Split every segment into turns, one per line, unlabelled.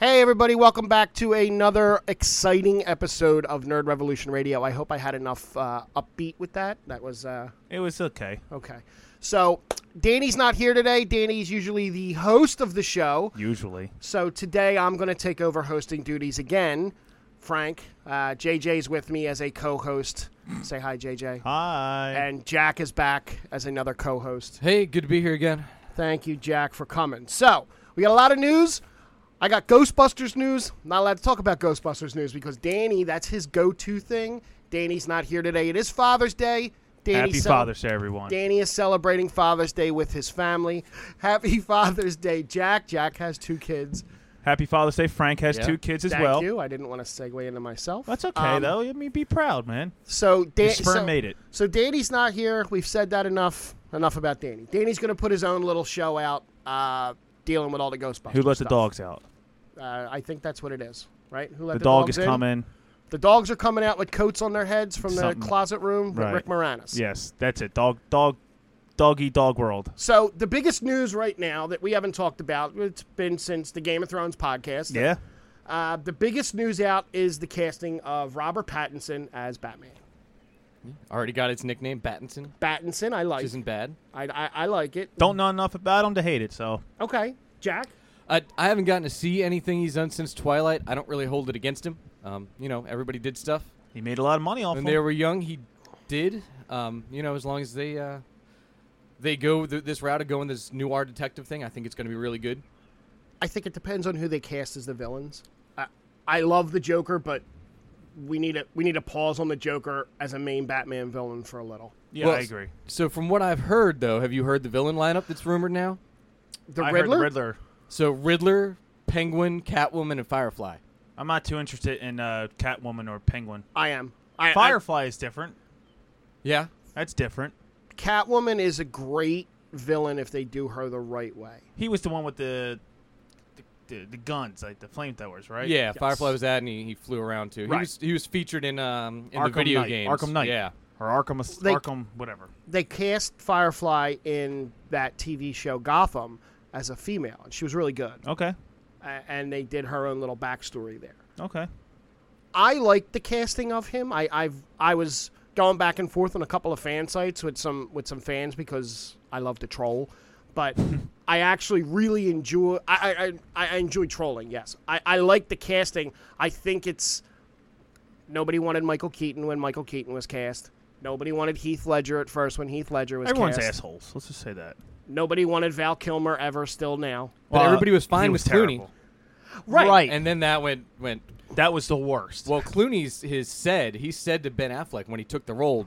Hey, everybody, welcome back to another exciting episode of Nerd Revolution Radio. I hope I had enough uh, upbeat with that. That was uh,
It was okay.
okay. So, Danny's not here today. Danny's usually the host of the show.
Usually.
So, today I'm going to take over hosting duties again. Frank, uh, JJ's with me as a co host. Say hi, JJ.
Hi.
And Jack is back as another co host.
Hey, good to be here again.
Thank you, Jack, for coming. So, we got a lot of news. I got Ghostbusters news. Not allowed to talk about Ghostbusters news because Danny, that's his go to thing. Danny's not here today. It is Father's Day. Danny
Happy
cel-
Father's Day, everyone.
Danny is celebrating Father's Day with his family. Happy Father's Day, Jack. Jack has two kids.
Happy Father's Day. Frank has
Yeah.
two kids as
Thank
well.
you. I didn't want to segue into myself.
That's okay
Um,
though. I mean, be proud, man.
So, Dan-
Your sperm
so-
made it.
So Danny's not here. We've said that enough. Enough about Danny. Danny's going to put his own little show out, uh, dealing with all the Ghostbusters.
Who let the
stuff.
dogs out?
Uh, I think that's what it is, right? Who let
The
the,
dog
dogs
is
in?
coming.
The dogs are coming out with coats on their heads from
Something.
the closet room with
Right.
Rick Moranis.
Yes, that's it. Dog, dog, doggy, dog world.
So the biggest news right now that we haven't talked about, it's been since the Game of Thrones podcast.
Yeah.
Uh, the biggest news out is the casting of Robert Pattinson as Batman.
Already got its nickname, Battinson,
Pattinson, I like.
which isn't bad.
I, I I like it.
Don't know enough about him to hate it. So
Okay, Jack.
I, I haven't gotten to see anything he's done since Twilight. I don't really hold it against him. Um, you know, everybody did stuff
he made a lot of money off
when
him.
they were young. He did. Um, you know, as long as they uh, they go th- this route of going this noir detective thing, I think it's going to be really good.
I think it depends on who they cast as the villains. I, Uh, I love the Joker, but we need a we need a pause on the Joker as a main Batman villain for a little.
yeah,
Well,
I agree.
So from what I've heard, though, have you heard the villain lineup that's rumored now?
The
I heard
Riddler.
Riddler.
So Riddler, Penguin, Catwoman, and Firefly.
I'm not too interested in uh, Catwoman or Penguin.
I am. I,
Firefly is different.
Yeah,
That's different.
I, Catwoman is a great villain if they do her the right way.
He was the one with the the, the, the guns, like the flamethrowers, right?
Yeah,
Yes.
Firefly was that, and he, he flew around too. He
Right.
was he was featured in um in the
Arkham
video
Knight.
games.
Arkham Knight.
Yeah.
Or Arkham,
They-
Arkham, whatever.
They cast Firefly in that TV show Gotham as a female, and she was really good.
Okay.
A- and they did her own little backstory there.
Okay.
I liked the casting of him. I I've I was going back and forth on a couple of fan sites with some with some fans because I love to troll, but I actually really enjoy I I, I, I enjoy trolling. Yes, I I like the casting. I think it's nobody wanted Michael Keaton when Michael Keaton was cast. Nobody wanted Heath Ledger at first when Heath Ledger was
Everyone's
cast.
assholes. Let's just say that.
Nobody wanted Val Kilmer ever. Still now,
But everybody was
he
fine with
terrible.
right?
And then that went went
That was the worst.
well. Clooney's his said he said to Ben Affleck when he took the role,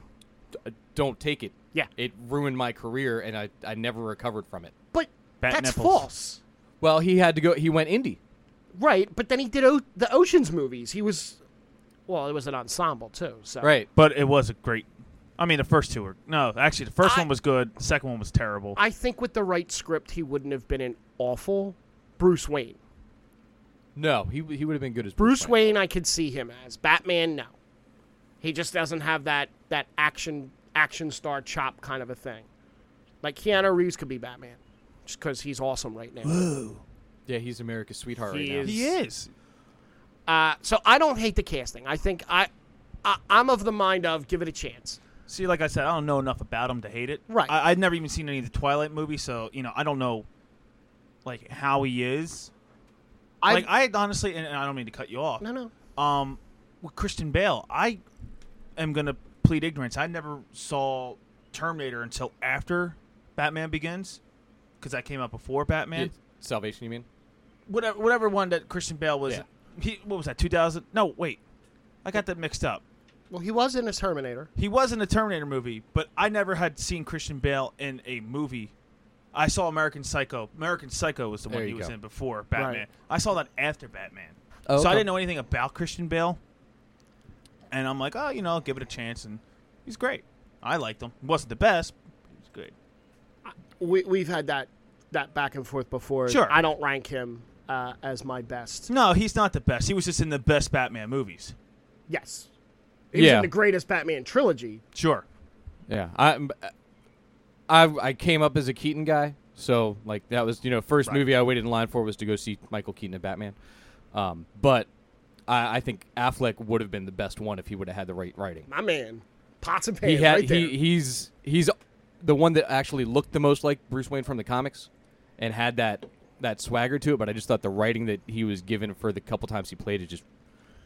"D- uh, "Don't take it.
Yeah.
It ruined my career, and I I never recovered from it."
but
Bat
that's
nipples.
false.
Well, he had to go. He went indie.
Right, but then he did o- the Ocean's movies. He was, well, it was an ensemble too. So
Right.
but it was a great. I mean, the first two were no. Actually, the first
I-
one was good. The second one was terrible.
I think with the right script, he wouldn't have been an awful Bruce Wayne.
No, he w- he would have been good as
Bruce Wayne, I could see him as Batman. No, he just doesn't have that that action action star chop kind of a thing. Like Keanu Reeves could be Batman, just because he's awesome right now.
Yeah, he's America's sweetheart
He
right now.
is-
he is.
uh, so I don't hate the casting. I think I, I I'm of the mind of give it a chance.
See, like I said, I don't know enough about him to hate it.
Right.
I, I'd never even seen any of the Twilight movies, so you know, I don't know, like how he is.
I
like I honestly, and, and I don't mean to cut you off.
no no.
Um, with Christian Bale, I am gonna plead ignorance. I never saw Terminator until after Batman Begins, because that came out before Batman.
It- Salvation, you mean?
whatever whatever one that Christian Bale was.
Yeah.
He what was that? Two thousand? No, wait, I got that mixed up.
Well, he was in a Terminator.
He was in a Terminator movie, but I never had seen Christian Bale in a movie. I saw American Psycho. American Psycho was the
There
one he
you
was
go.
in before Batman.
Right.
I saw that after Batman,
Oh,
so I
okay.
didn't know anything about Christian Bale. And I'm like, oh, you know, I'll give it a chance, and he's great. I liked him. He wasn't the best. But he was good.
we, we've had that that back and forth before.
Sure.
I don't rank him uh, as my best.
No, he's not the best. He was just in the best Batman movies.
Yes. He was
Yeah.
in the greatest Batman trilogy.
Sure.
Yeah, I, I, I came up as a Keaton guy, so like that was you know first
Right.
movie I waited in line for was to go see Michael Keaton and Batman. Um, but I, I think Affleck would have been the best one if he would have had the right writing.
My man, pots and pans
He had
right there.
he he's he's the one that actually looked the most like Bruce Wayne from the comics, and had that that swagger to it. But I just thought the writing that he was given for the couple times he played it just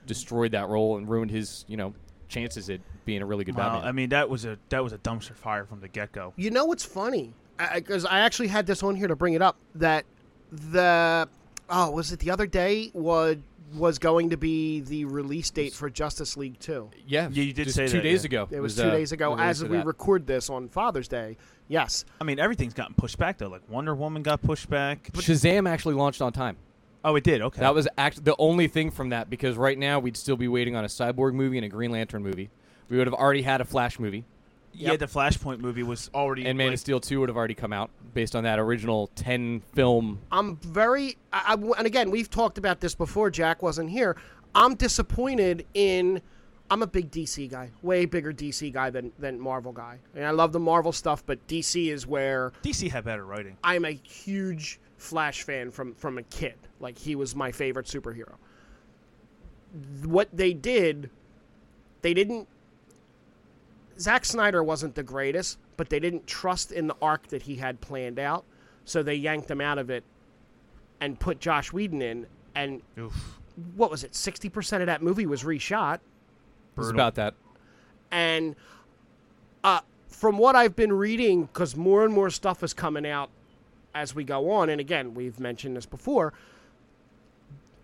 destroyed that role and ruined his you know chances at being a really good
Wow,
Batman.
I mean that was a that was a dumpster fire from the get go.
You know what's funny? Because I, actually had this on here to bring it up. That the oh was it the other day was was going to be the release date for Justice League Two.
yeah,
Yeah, you did
just
say
two
that,
days
yeah.
ago.
It was two
uh,
days ago
the release
as
of
we
that.
record this on Father's Day. Yes,
I mean everything's gotten pushed back though. Like Wonder Woman got pushed back.
Shazam actually launched on time.
Oh, it did. Okay.
That was act- the only thing from that because right now we'd still be waiting on a Cyborg movie and a Green Lantern movie. We would have already had a Flash movie,
yeah. The Flashpoint movie was already
and Man
like,
of Steel 2 would have already come out based on that original 10 film.
I'm very. I, I- and again, we've talked about this before. Jack wasn't here. I'm disappointed in. I'm a big DC guy, way bigger DC guy than than Marvel guy. And I love the Marvel stuff, but DC is where
DC had better writing.
I'm a huge Flash fan from from a kid. Like he was my favorite superhero. What they did, they didn't. Zack Snyder wasn't the greatest, but they didn't trust in the arc that he had planned out, so they yanked him out of it, and put Josh Whedon in. And
Oof.
what was it? Sixty percent of that movie was reshot
It's
Brutal.
about that.
and uh, from what I've been reading, because more and more stuff is coming out as we go on, and again, we've mentioned this before,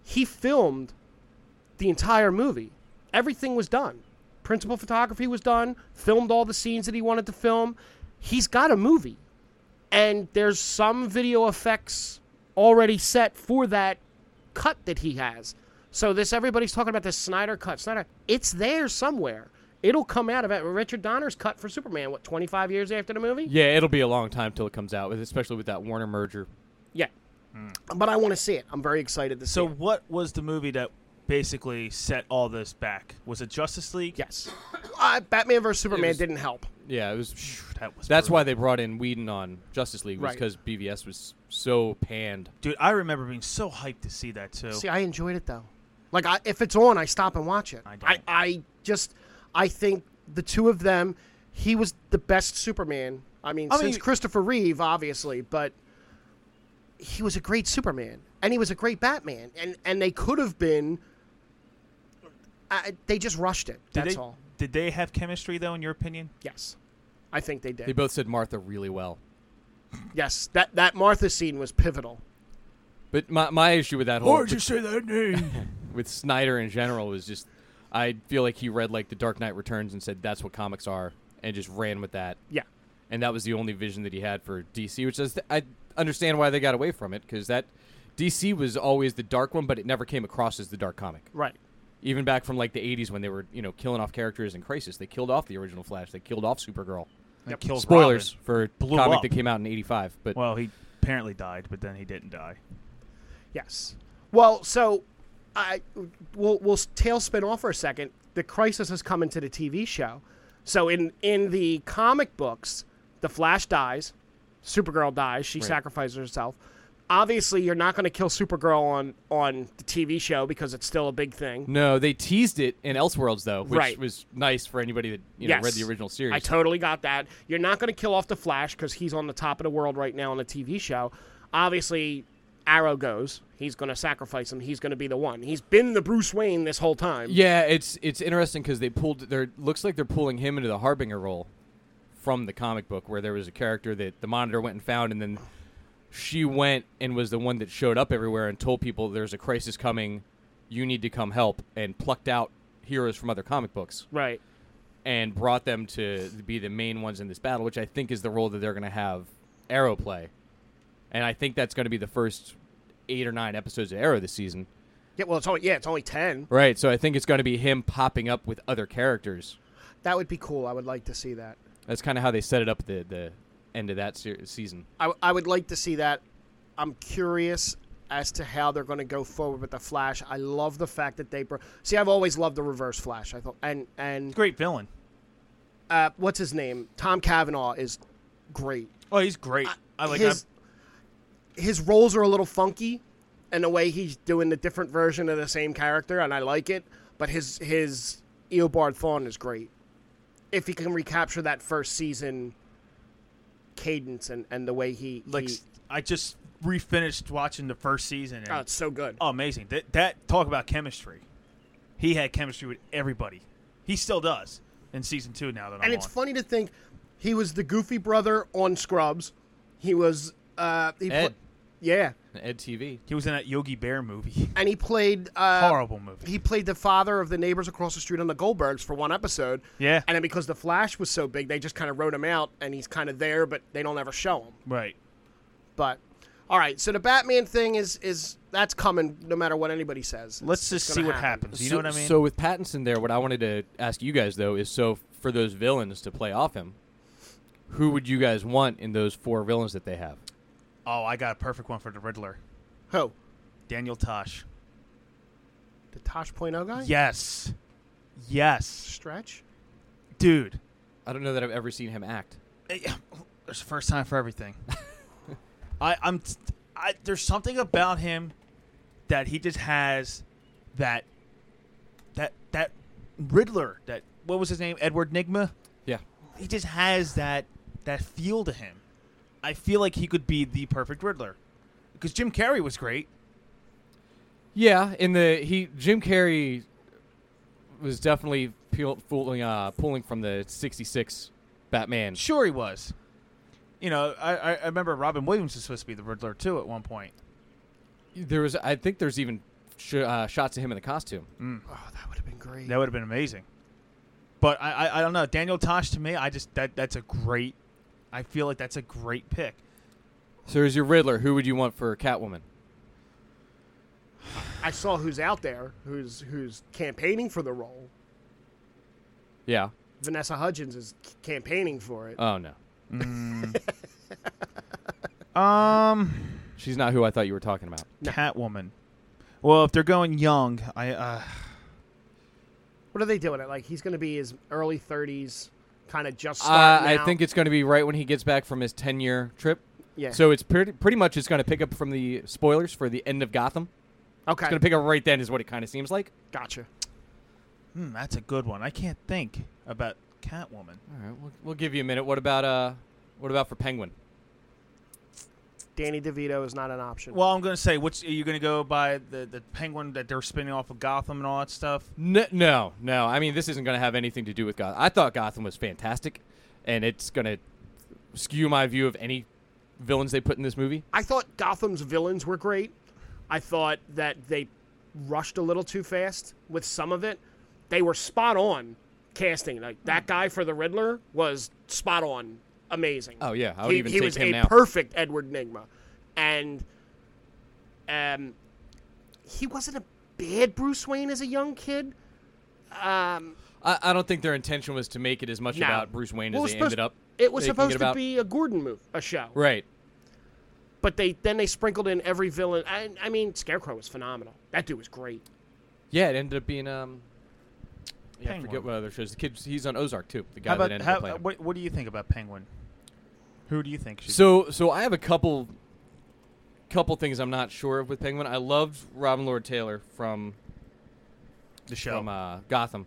he filmed the entire movie. Everything was done. Principal photography was done, filmed all the scenes that he wanted to film. He's got a movie. And there's some video effects already set for that cut that he has. So this everybody's talking about this Snyder cut. Snyder, it's there somewhere. It'll come out of it. Richard Donner's cut for Superman, what, 25 years after the movie?
Yeah, it'll be a long time till it comes out, with- especially with that Warner merger.
Yeah. But I want to see it. I'm very excited to see
So
it.
what was the movie that basically set all this back? Was it Justice League?
Yes. Uh, Batman vs. Superman
was-
didn't help.
Yeah, it was.
That was
That's
brutal.
why they brought in Whedon on Justice League was
Right.
because BVS was so panned.
Dude, I remember being so hyped to see that too.
See, I enjoyed it though. Like, I, if it's on, I stop and watch it.
I don't.
I, I just, I think the two of them, he was the best Superman. I mean,
I
since
mean-
Christopher Reeve, obviously, but he was a great Superman and he was a great Batman, and and they could have been. I, they just rushed it.
did
that's
they,
all.
Did they have chemistry though? In your opinion?
Yes, I think they did.
They both said Martha really well.
yes, that that Martha scene was pivotal.
But my, my issue with that whole
say that name?
with Snyder in general was just I feel like he read like The Dark Knight Returns and said that's what comics are and just ran with that.
Yeah,
And that was the only vision that he had for DC, which is I understand why they got away from it cuz that DC was always the dark one but it never came across as the dark comic.
right.
Even back from like the 80s when they were, you know, killing off characters in Crisis, they killed off the original Flash, they killed off Supergirl.
That kills
Spoilers
Robin.
for
Blew
comic
up.
that came out in 85, but
Well, he apparently died, but then he didn't die.
Yes. Well, so I we'll we'll tail spin off for a second. The crisis has come into the TV show. So in in the comic books, the Flash dies, Supergirl dies. She sacrifices herself. Obviously, you're not going to kill Supergirl on on the TV show because it's still a big thing.
no, they teased it in Elseworlds though, which
Right.
was nice for anybody that you know
Yes.
read the original series.
I totally got that. You're not going to kill off the Flash because he's on the top of the world right now on the TV show. Obviously, Arrow goes. He's going to sacrifice him. He's going to be the one. He's been the Bruce Wayne this whole time.
Yeah, it's it's interesting because they pulled. There looks like they're pulling him into the Harbinger role from the comic book, where there was a character that the Monitor went and found, and then she went and was the one that showed up everywhere and told people there's a crisis coming, you need to come help, and plucked out heroes from other comic books
Right.
and brought them to be the main ones in this battle, which I think is the role that they're going to have Arrow play, and I think that's going to be the first eight or nine episodes of Arrow this season.
Yeah, well, it's only yeah, it's only ten.
Right, so I think it's going to be him popping up with other characters.
That would be cool. I would like to see that.
That's kind of how they set it up at the the end of that ser- season.
I, I would like to see that. I'm curious as to how they're going to go forward with the Flash. I love the fact that they br- see. I've always loved the Reverse Flash. I thought and and
Great villain.
uh, what's his name? Tom Cavanaugh is great.
Oh, he's great. I, like
his
that.
his roles are a little funky, and the way he's doing the different version of the same character, and I like it. But his his Eobard Thawne is great. If he can recapture that first season cadence and, and the way he,
Like
he
s- I just refinished watching the first season. And,
oh, it's so good.
oh, amazing! That that talk about chemistry. He had chemistry with everybody. He still does in season two now that I'm
and it's
on.
funny to think he was the goofy brother on Scrubs. He was uh he pla-
Ed.
yeah,
Ed TV.
he was in that Yogi Bear movie.
and he played uh
Horrible movie.
he played the father of the neighbors across the street on the Goldbergs for one episode.
Yeah.
And then because the Flash was so big, they just kind of wrote him out, and he's kind of there, but they don't ever show him.
Right.
But all right, so the Batman thing is is that's coming no matter what anybody says.
Let's
It's
just see
gonna
what
happen.
happens. You
so,
know what I mean?
So with Pattinson there, what I wanted to ask you guys though is so for those villains to play off him, who would you guys want in those four villains that they have?
oh, I got a perfect one for the Riddler.
Who
Daniel Tosh.
the Tosh Point oh guy?
Yes. Yes.
Stretch.
Dude.
I don't know that I've ever seen him act.
Hey, There's a first time for everything. I, I'm, t- I, there's something about him that he just has that, that, that Riddler, that, what was his name? Edward Nigma?
Yeah.
He just has that, that feel to him. I feel like he could be the perfect Riddler. Because Jim Carrey was great.
Yeah, in the he Jim Carrey was definitely peel, fooling, uh, pulling from the '66 Batman.
Sure, he was. You know, I, I I remember Robin Williams was supposed to be the Riddler too at one point.
There was, I think, there's even sh- uh, shots of him in the costume.
Oh, that would have been great.
That would have been amazing. But I, I I don't know Daniel Tosh to me. I just that that's a great. I feel like that's a great pick.
So, is your Riddler? Who would you want for Catwoman?
I saw who's out there, who's who's campaigning for the role.
Yeah.
Vanessa Hudgens is c- campaigning for it.
Oh no,
Um,
she's not who I thought you were talking about.
No.
Catwoman. Well, if they're going young, I uh,
what are they doing? It like he's going to be his early thirties, kind of just
Uh,
starting.
I
out.
think it's going to be right when he gets back from his 10-year trip.
yeah.
So it's pretty pretty much it's going to pick up from the spoilers for the end of Gotham.
okay,
It's going to pick up right then, is what it kind of seems like.
gotcha.
hmm, that's a good one. I can't think about Catwoman.
All right, we'll, we'll give you a minute. What about uh, what about for Penguin?
Danny DeVito is not an option.
Well, I'm gonna say, which are you gonna go by the the Penguin that they're spinning off of Gotham and all that stuff?
No, no, no. I mean, this isn't going to have anything to do with Gotham. I thought Gotham was fantastic, and it's going to skew my view of any villains they put in this movie.
I thought Gotham's villains were great. I thought that they rushed a little too fast with some of it. They were spot on casting. Like that guy for the Riddler was spot on, amazing.
Oh yeah, I would
he,
even
he
take
was
him
a
now.
perfect Edward Nigma, and um, he wasn't a bad Bruce Wayne as a young kid. Um,
I, I don't think their intention was to make it as much
No.
about Bruce Wayne
Well,
as
it was
they
supposed-
ended up.
it was
making
supposed to
about-
be a Gordon move, a show,
right.
but they then they sprinkled in every villain. I, I mean, Scarecrow was phenomenal. That dude was great.
Yeah, it ended up being um. Yeah, I
Penguin.
forget what other shows. The kid, he's on Ozark too. The guy
How
that
about
ended
how,
up playing. him.
what what do you think about Penguin? Who do you think? Should
So so I have a couple couple things I'm not sure of with Penguin. I loved Robin Lord Taylor from
the show?
from uh, Gotham,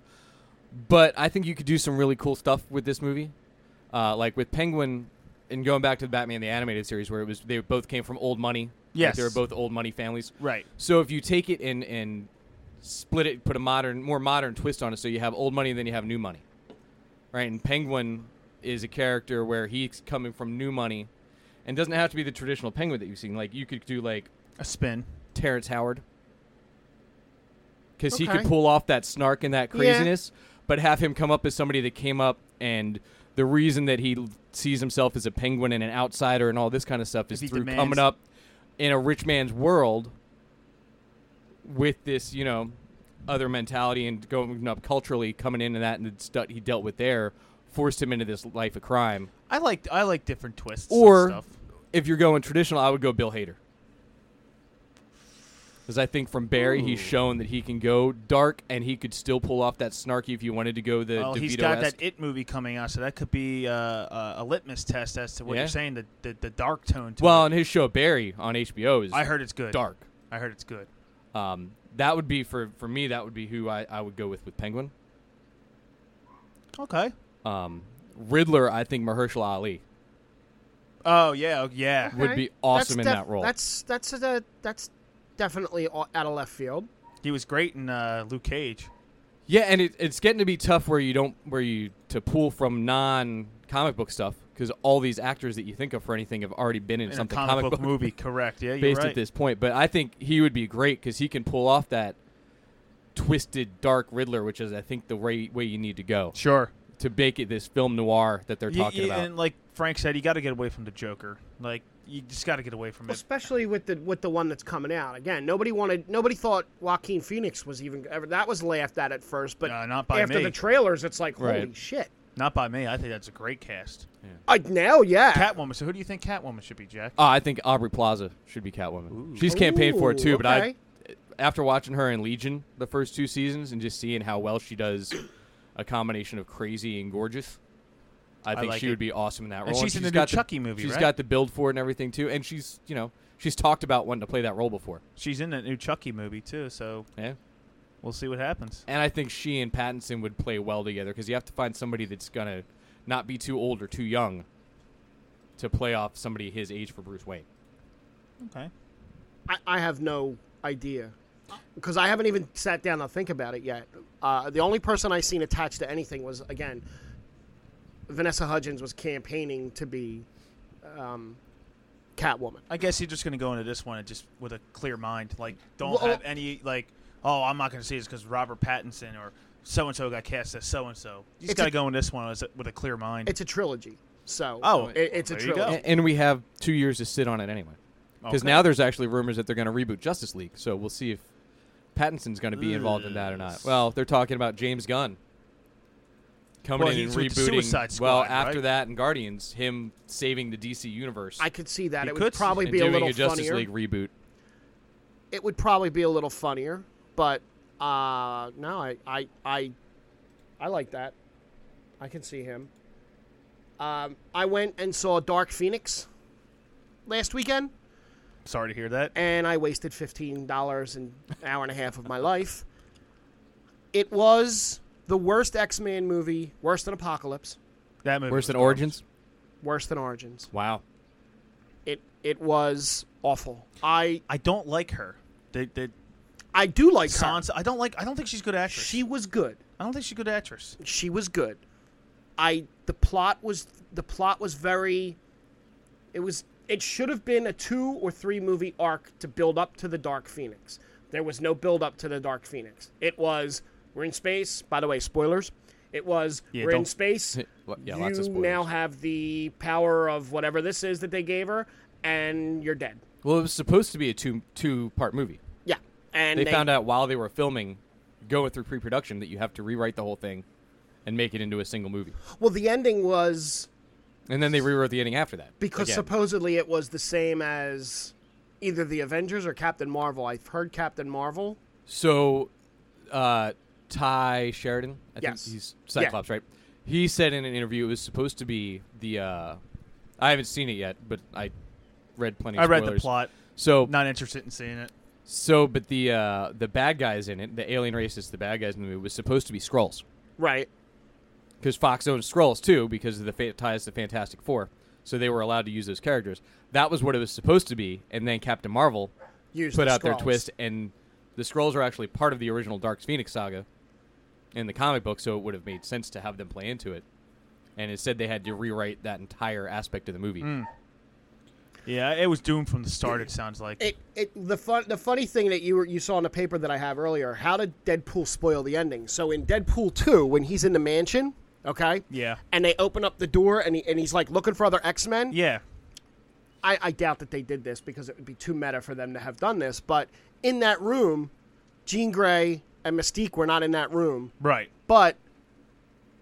but I think you could do some really cool stuff with this movie, uh, like with Penguin. And going back to the Batman the animated series, where it was they both came from old money. like they were
Yes.
both old money families.
right.
So if you take it and and split it, put a modern, more modern twist on it, so you have old money and then you have new money, right? And Penguin is a character where he's coming from new money, and doesn't have to be the traditional Penguin that you've seen. Like you could do like
A spin.
Terrence Howard, because he could
Okay.
pull off that snark and that craziness, but have him come up as somebody that came up and. The reason that he l- sees himself as a penguin and an outsider and all this kind of stuff is
he
through
demands-
coming up in a rich man's world with this, you know, other mentality and going up culturally, coming into that and the stuff he dealt with there, forced him into this life of crime.
I like I like different twists
Or-
and stuff.
If you're going traditional, I would go Bill Hader. Because I think from Barry, he's shown that he can go dark and he could still pull off that snarky if you wanted to go the
Well, Oh, he's
DeVito
got
esque.
that It movie coming out, so that could be uh, a, a litmus test as to what
Yeah.
you're saying. The, the the dark tone. To
Well,
it.
and his show Barry on HBO is
I heard it's good.
dark.
I heard it's good.
Um, that would be for for me. That would be who I, I would go with with Penguin.
Okay.
Um, Riddler, I think Mahershala Ali
Oh yeah, oh, yeah.
would
Okay.
be awesome
That's
in
def-
that role.
That's that's a, that's definitely o- out of left field.
He was great in uh, Luke Cage.
yeah, and it, it's getting to be tough where you don't where you to pull from non comic book stuff because all these actors that you think of for anything have already been in,
In a
something
comic, book, movie, correct? Yeah, you're
based
right.
at this point. But I think he would be great because he can pull off that twisted dark Riddler, which is I think the way way you need to go
Sure.
to make it this film noir that they're
You-
talking
you-
about.
And like Frank said, you got to get away from the Joker. Like you just got to get away from it.
Especially with the with the one that's coming out again. Nobody wanted. Nobody thought Joaquin Phoenix was even ever. That was laughed at at first, but
No, not by
after
me.
the trailers, it's like holy
Right.
shit.
Not by me. I think that's a great cast.
Uh, now, yeah.
Catwoman. So who do you think Catwoman should be, Jack?
Ah, I think Aubrey Plaza should be Catwoman.
Ooh.
She's campaigned for it
Ooh,
too, but
okay.
I, after watching her in Legion the first two seasons and just seeing how well she does a combination of crazy and gorgeous, I think
like
she
it.
would be awesome in that
And
role.
she's in the new
got
Chucky movie,
She's
right?
got the build for it and everything too, and she's you know she's talked about wanting to play that role before.
She's in that new Chucky movie too, so
Yeah.
we'll see what happens.
And I think she and Pattinson would play well together because you have to find somebody that's gonna not be too old or too young to play off somebody his age for Bruce Wayne.
Okay.
I, I have no idea because I haven't even sat down to think about it yet. Uh, the only person I seen attached to anything was again Vanessa Hudgens was campaigning to be um, Catwoman.
I guess you're just gonna go into this one and just with a clear mind. Like, don't
Well-
have any like, oh, I'm not gonna see this because Robert Pattinson or so and so got cast as so and so. You just
It's
gotta
a-
go in this one as a- with a clear mind.
It's a trilogy, so
Oh,
it, it's a
there you go.
trilogy.
A- and we have two years to sit on it anyway. Because
Okay.
now there's actually rumors that they're going to reboot Justice League, so we'll see if Pattinson's going to be involved in that or not.
Yes.
Well, they're talking about James Gunn coming
Well,
in and
he's with
rebooting.
Suicide Squad,
well, after
right?
that and Guardians, him saving the DC universe
I could see that
You
it
could
would
s-
probably
and
be a
doing
little
a Justice
funnier.
League reboot.
It would probably be a little funnier, but uh, no, I, I I I like that. I can see him. Um, I went and saw Dark Phoenix last weekend.
Sorry to hear that.
and I wasted fifteen dollars an hour and a half of my life. It was the worst X Men movie, worse than Apocalypse,
That movie.
Worse
was
than
garbage.
Origins.
worse than Origins.
Wow.
It it was awful. I
I don't like her. The, the
I do like her.
Sansa. I don't like. I don't think she's a good actress.
She was good.
I don't think she's a good actress.
She was good. I the plot was the plot was very. It was it should have been a two or three movie arc to build up to the Dark Phoenix. There was no build up to the Dark Phoenix. It was we're in space. By the way, spoilers. It was
Yeah,
we're in
don't-
space.
Lo- yeah,
you
lots of spoilers.
now have the power of whatever this is that they gave her, and you're dead.
well, it was supposed to be a two two part movie.
Yeah, and
They, found out while they were filming, going through pre production, that you have to rewrite the whole thing and make it into a single movie.
Well, the ending was
And then they rewrote the ending after that
because
Again.
supposedly it was the same as either the Avengers or Captain Marvel. I've heard Captain Marvel.
So, uh, Ty Sheridan, I
Yes.
think he's Cyclops, right? He said in an interview it was supposed to be the. Uh, I haven't seen it yet, but I read plenty. Of
I read the
spoilers.
plot.
So
Not interested in seeing it.
so, but the uh, the bad guys in it, the alien race, is the bad guys in the movie was supposed to be Skrulls
Right.
because Fox owns Skrulls too because of the fa- ties to Fantastic Four, so they were allowed to use those characters. That was what it was supposed to be, and then Captain Marvel
Use
put
the
out their
Skrulls.
twist, and the scrolls are actually part of the original Dark Phoenix saga in the comic book, so it would have made sense to have them play into it. And instead, they had to rewrite that entire aspect of the movie.
Mm.
Yeah, it was doomed from the start. It sounds like.
It, it the fun the funny thing that you were, you saw in the paper that I have earlier. How did Deadpool spoil the ending? So in Deadpool two, when he's in the mansion, okay,
Yeah.
and they open up the door and he, and he's like looking for other X Men.
Yeah.
I, I doubt that they did this because it would be too meta for them to have done this. But in that room, Jean Grey and Mystique were not in that room,
Right.
but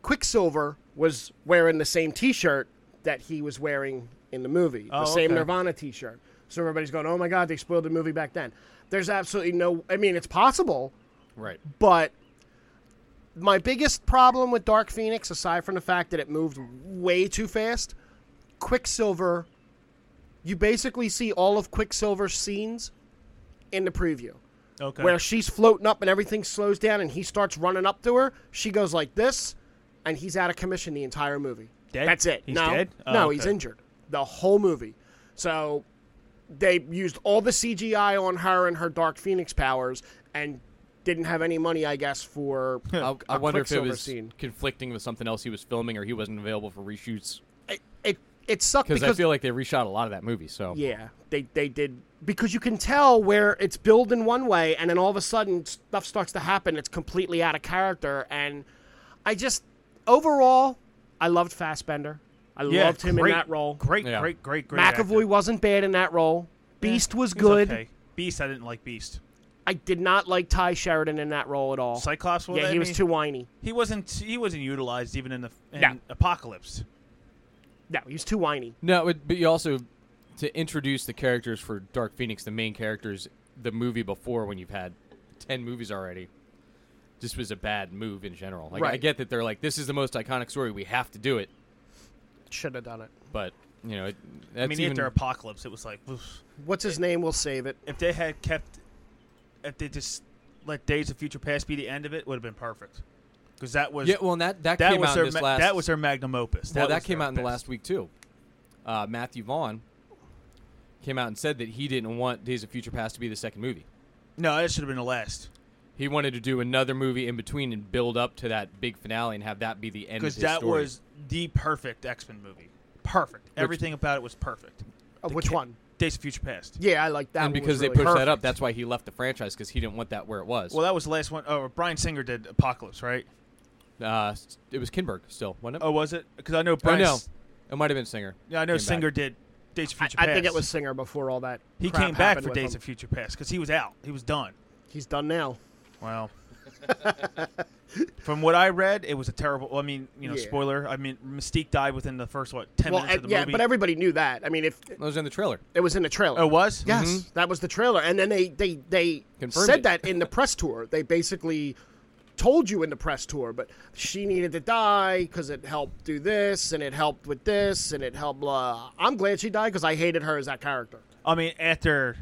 Quicksilver was wearing the same T-shirt that he was wearing in the movie,
Oh,
the same
okay.
Nirvana T-shirt. So everybody's going, "Oh my God, they spoiled the movie back then." There's absolutely no. I mean, it's possible,
Right.
but my biggest problem with Dark Phoenix, aside from the fact that it moved way too fast, Quicksilver, you basically see all of Quicksilver's scenes in the preview
Okay.
where she's floating up and everything slows down and he starts running up to her. She goes like this, and he's out of commission the entire movie.
Dead?
That's it.
He's
no,
dead? Oh,
no,
okay.
he's injured the whole movie. So they used all the CGI on her and her Dark Phoenix powers, and didn't have any money, I guess, for
I, I
a
wonder if it
Quicksilver
was
scene.
conflicting with something else he was filming, or he wasn't available for reshoots.
it. It, it sucked
Because
because
I feel like they reshot a lot of that movie. So
Yeah, they they did because you can tell where it's billed in one way, and then all of a sudden stuff starts to happen. It's completely out of character, and I just overall, I loved Fassbender. I
Yeah,
loved him
great-
in that role.
Great,
Yeah.
great, great, great. actor.
McAvoy wasn't bad in that role. Beast was
He's
good.
okay. Beast, I didn't like Beast.
I did not like Ty Sheridan in that role at all.
Cyclops. Well,
yeah,
I
he was
mean,
too whiny.
He wasn't. He wasn't utilized even in the in
No.
Apocalypse.
No, he was too whiny.
no, but, but you also to introduce the characters for Dark Phoenix, the main characters, the movie before when you've had ten movies already. Just was a bad move in general. Like I
Right.
get that they're like, this is the most iconic story, we have to do it.
Should have done it.
But you know, it, that's
I mean,
even,
after Apocalypse, it was like oof.
What's his name? We'll save it.
if they had kept, if they just let Days of Future Past be the end of it, would have been perfect. Because that was
yeah. Well, and that that,
that
came
was
out
their
in this
ma-
last.
that was their magnum opus.
Well,
was
that came
their
out in the
best.
last week too. Uh, Matthew Vaughn came out and said that he didn't want Days of Future Past to be the second movie.
No, that should have been the last.
He wanted to do another movie in between and build up to that big finale and have that be the end. of
Because
his
that
story.
was the perfect X Men movie. Perfect. Everything about it was perfect.
Uh,
The
which
kid-
one?
Days of Future Past.
Yeah, I like that.
and
one was
because they
really
pushed
perfect.
that up, that's why he left the franchise because he didn't want that where it was.
Well, that was the last one. Oh, Brian Singer did Apocalypse, right?
uh, s- it was Kinberg still, wasn't it?
Oh, was it? Because I know
Or
Brian.
no, it might have been Singer.
Yeah, I know
Came back.
Singer did Days of
I,
Future
I
Past.
think it was Singer before all that.
He
crap
came back
happened
for
with
Days
him.
of Future Past because he was out. He was done.
He's done now.
Wow. From what I read, it was a terrible. well, I mean, you know,
Yeah.
spoiler. I mean, Mystique died within the first what ten
Well,
minutes of
and-
the
yeah,
movie.
but everybody knew that. I mean, if
That was in the trailer.
it was in the trailer.
oh, it was
yes, that was the trailer, and then they they they
Confirmed
said
it.
that in the press tour. They basically told you in the press tour, but she needed to die because it helped do this, and it helped with this, and it helped. Blah. I'm glad she died because I hated her as that character.
I mean, after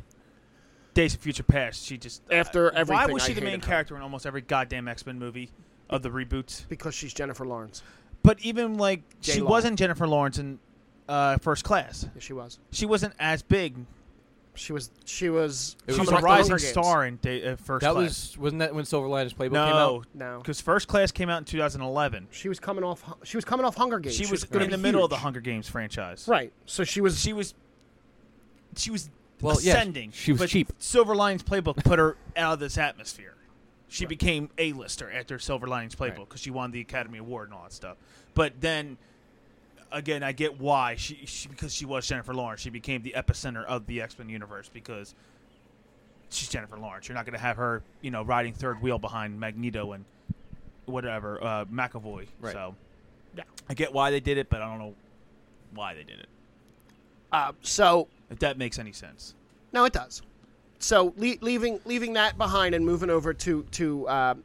Days of Future Past, she just uh,
After
Why
everything,
was she
I
the main
hated her.
character in almost every goddamn X Men movie of the reboots?
Because she's Jennifer Lawrence.
But even like she
J-Lo.
wasn't Jennifer Lawrence in uh, First Class.
Yes, she was.
She wasn't as big.
She was. She was.
It
She was
was
coming
a
off the
rising
Hunger Games.
star in da- uh, First
That
Class.
was wasn't that when Silver Linings Playbook came
no,
out?
No,
because First Class came out in 2011.
she was coming off. She was coming off Hunger Games.
She was
gonna
in
be
the middle of the
huge.
Hunger Games franchise.
Right. So she was.
She was. She was
Well, yeah,
ascending.
she was
but
cheap.
Silver Linings Playbook put her out of this atmosphere. She became a lister after Silver Linings Playbook because
Right.
she won the Academy Award and all that stuff. But then, again, I get why she, she because she was Jennifer Lawrence. She became the epicenter of the X Men universe because she's Jennifer Lawrence. You're not going to have her, you know, riding third wheel behind Magneto and whatever uh, McAvoy.
Right.
So
Yeah.
I get why they did it, but I don't know why they did it.
uh, so
If that makes any sense.
No, it does. So le- leaving leaving that behind and moving over to to uh,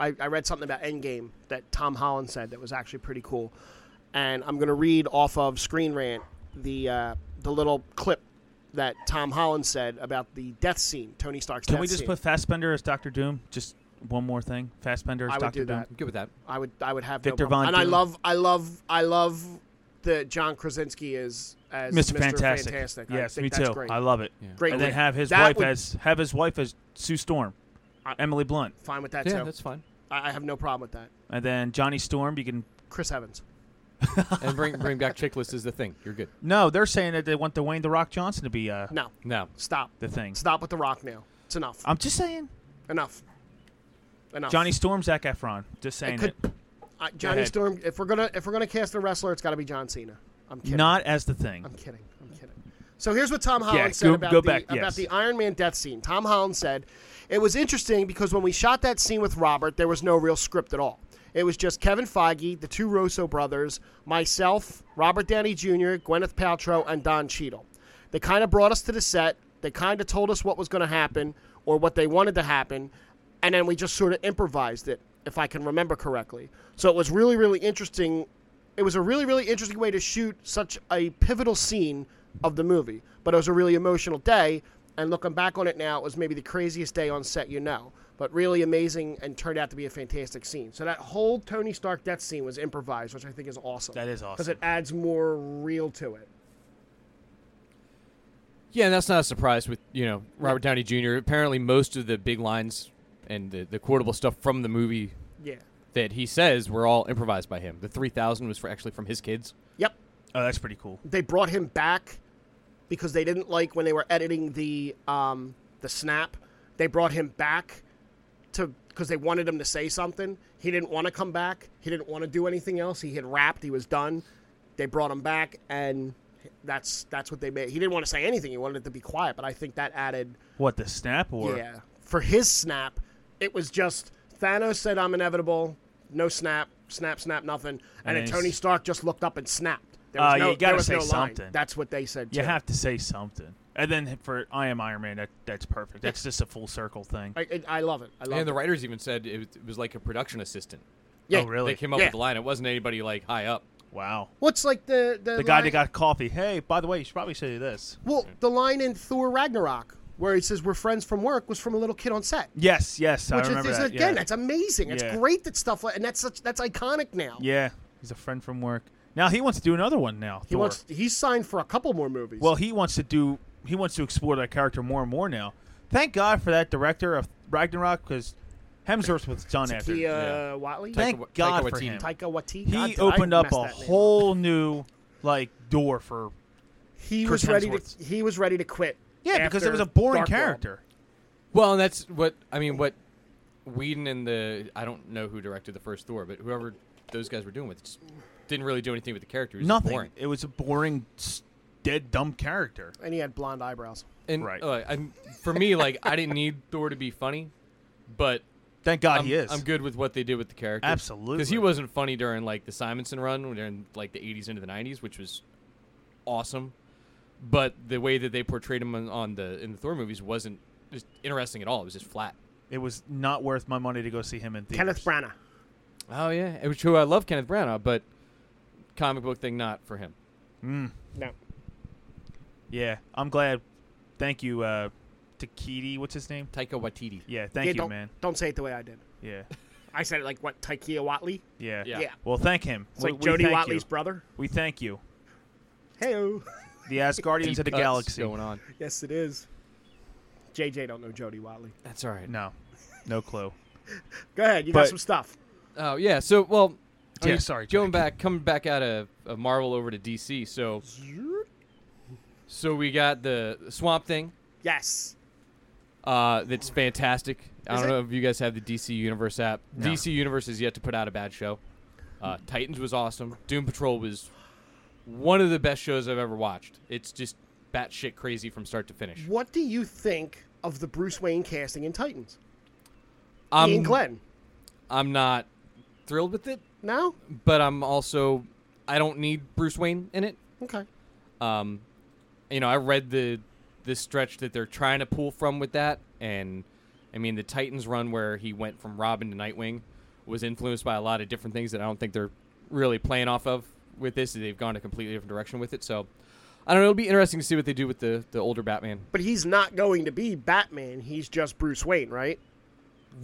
I, I read something about Endgame that Tom Holland said that was actually pretty cool, and I'm gonna read off of Screen Rant the uh, the little clip that Tom Holland said about the death scene, Tony Stark's
Can
death
we just
scene.
put Fassbender as Doctor Doom? Just one more thing. Fassbender as
I would
Doctor
do
Doom.
that.
I'm good with that.
I would I would have
Victor
no problem.
Von
and I
Doom.
love I love I love the John Krasinski is as
Mr.
Mr.
Fantastic.
I
Yes,
think
me
that's
too.
Great.
I love it.
Yeah.
Great
And then
pick.
have his
That
wife
would-
as have his wife as Sue Storm, Emily Blunt,
fine with that
yeah,
too.
that's fine.
I, I have no problem with that.
and then Johnny Storm. You can
Chris Evans.
and bring bring back Chick List is the thing. You're good.
no. They're saying that they want the Wayne the Rock Johnson to be uh,
No,
No,
stop.
the thing.
Stop with the rock now. It's enough.
I'm just saying.
enough. Enough.
Johnny Storm, Zac Efron. Just saying
could-
it.
Uh, Johnny
ahead.
Storm. If we're gonna if we're gonna cast a wrestler, it's got to be John Cena. I'm kidding.
Not as the thing.
I'm kidding. I'm kidding. So here's what Tom Holland
Yeah,
said
go-
about,
go
the,
back,
about
yes.
the Iron Man death scene. Tom Holland said, It was interesting because when we shot that scene with Robert, there was no real script at all. It was just Kevin Feige, the two Rosso brothers, myself, Robert Downey Jr., Gwyneth Paltrow, and Don Cheadle. They kind of brought us to the set. They kind of told us what was going to happen or what they wanted to happen, and then we just sort of improvised it, if I can remember correctly. So it was really, really interesting it was a really really interesting way to shoot such a pivotal scene of the movie but it was a really emotional day And looking back on it now, it was maybe the craziest day on set you know, but really amazing and turned out to be a fantastic scene. So that whole Tony Stark death scene was improvised, which I think is awesome.
That is
because
awesome.
it adds more real to it.
Yeah, and that's not a surprise with you know Robert Downey Jr. Apparently, most of the big lines and the, the quotable stuff from the movie
Yeah.
that he says were all improvised by him. The three thousand was for actually from his kids.
Yep.
oh, that's pretty cool.
They brought him back because they didn't like when they were editing the um, the snap. They brought him back to because they wanted him to say something. He didn't want to come back. He didn't want to do anything else. He had rapped. He was done. They brought him back, and that's that's what they made. He didn't want to say anything. He wanted it to be quiet. But I think that added
What the snap or
yeah. For his snap, it was just Thanos said, I'm inevitable. No snap, snap, snap, nothing. And, then
Nice.
Tony Stark just looked up and snapped. There
Uh,
was
yeah,
no,
you
there
gotta
was
say
no line.
something.
That's what they said.
you
too.
have to say something. And then for I am Iron Man, that that's perfect. That's just a full circle thing.
I, it- I love it. I love
and the
it.
writers even said it was, it was like a production assistant.
Yeah.
Oh, really?
They came up
Yeah.
with the line. It wasn't anybody like high up.
Wow.
What's like the the,
The guy
line-
that got coffee. Hey, by the way, you should probably say this.
well the line in Thor Ragnarok where he says we're friends from work was from a little kid on set.
Yes, yes, I
Which is,
remember
is
that.
again,
yeah.
that's amazing. It's
Yeah.
great that stuff like and that's such that's iconic now.
yeah, he's a friend from work. Now he wants to do another one. Now
He
Thor.
wants he's signed for a couple more movies.
Well, he wants to do. He wants to explore that character more and more now. Thank God for that director of Ragnarok because Hemsworth was done after.
Taika
Yeah.
Watley.
Thank
Taika Wa-
God
Taika
for
Waititi.
him.
Taika Waititi. God,
He
did I
opened up
mess
a
that name
whole new like door for
he
Chris
was ready to
Hemsworth.
he was ready to quit.
yeah because it was
after
a boring
Dark World.
character.
Well, and that's what I mean. What Whedon and the I don't know who directed the first Thor, but whoever those guys were doing with just didn't really do anything with the characters.
Nothing.
Boring.
It was a boring, s- dead, dumb character.
And he had blonde eyebrows.
And
Right.
uh, I'm, for me, like I didn't need Thor to be funny, but
Thank God
I'm,
Ah, he is.
I'm good with what they did with the character.
Absolutely.
because he wasn't funny during like the Simonson run during like the 80s into the 90s, which was awesome. But the way that they portrayed him on, on the in the Thor movies wasn't just interesting at all. It was just flat.
It was not worth my money to go see him in theaters.
Kenneth Branagh.
Oh yeah, which who I love Kenneth Branagh, but comic book thing not for him.
Mm.
No.
Yeah, I'm glad. Thank you, uh, Takiti. What's his name?
Taika Waititi.
Yeah, thank
Yeah,
you,
don't,
man.
Don't say it the way I did.
Yeah,
I said it like what Taika Watley.
yeah,
Yeah.
Yeah.
Well, thank him.
It's
we,
like
we
Jody
thank
Watley's
You.
brother.
We thank you.
Hey
The Asgardians
Deep
of the
cuts
Galaxy.
going on.
Yes it is. JJ don't know Jody Watley.
That's all right.
No, no clue.
Go ahead, you
But-
got some stuff.
Oh yeah. So well, I
Yeah,
mean,
sorry,
Going
Jake.
back, coming back out of, of Marvel over to DC. So so we got the Swamp Thing.
Yes.
Uh, that's fantastic. I
Is
don't
it-
know if you guys have the DC Universe app.
No.
DC Universe has yet to put out a bad show. Uh, Titans was awesome. Doom Patrol was one of the best shows I've ever watched. It's just batshit crazy from start to finish.
What do you think of the Bruce Wayne casting in Titans?
Um,
I'm,
Ian Glenn.
I'm not thrilled with it,
No?
but I'm also I don't need Bruce Wayne in it.
Okay.
Um, you know, I read the the stretch that they're trying to pull from with that, and I mean the Titans run where he went from Robin to Nightwing was influenced by a lot of different things that I don't think they're really playing off of with this. They've gone a completely different direction with it, so I don't know. It'll be interesting to see what they do with the the older Batman.
But he's not going to be Batman, he's just Bruce Wayne, right?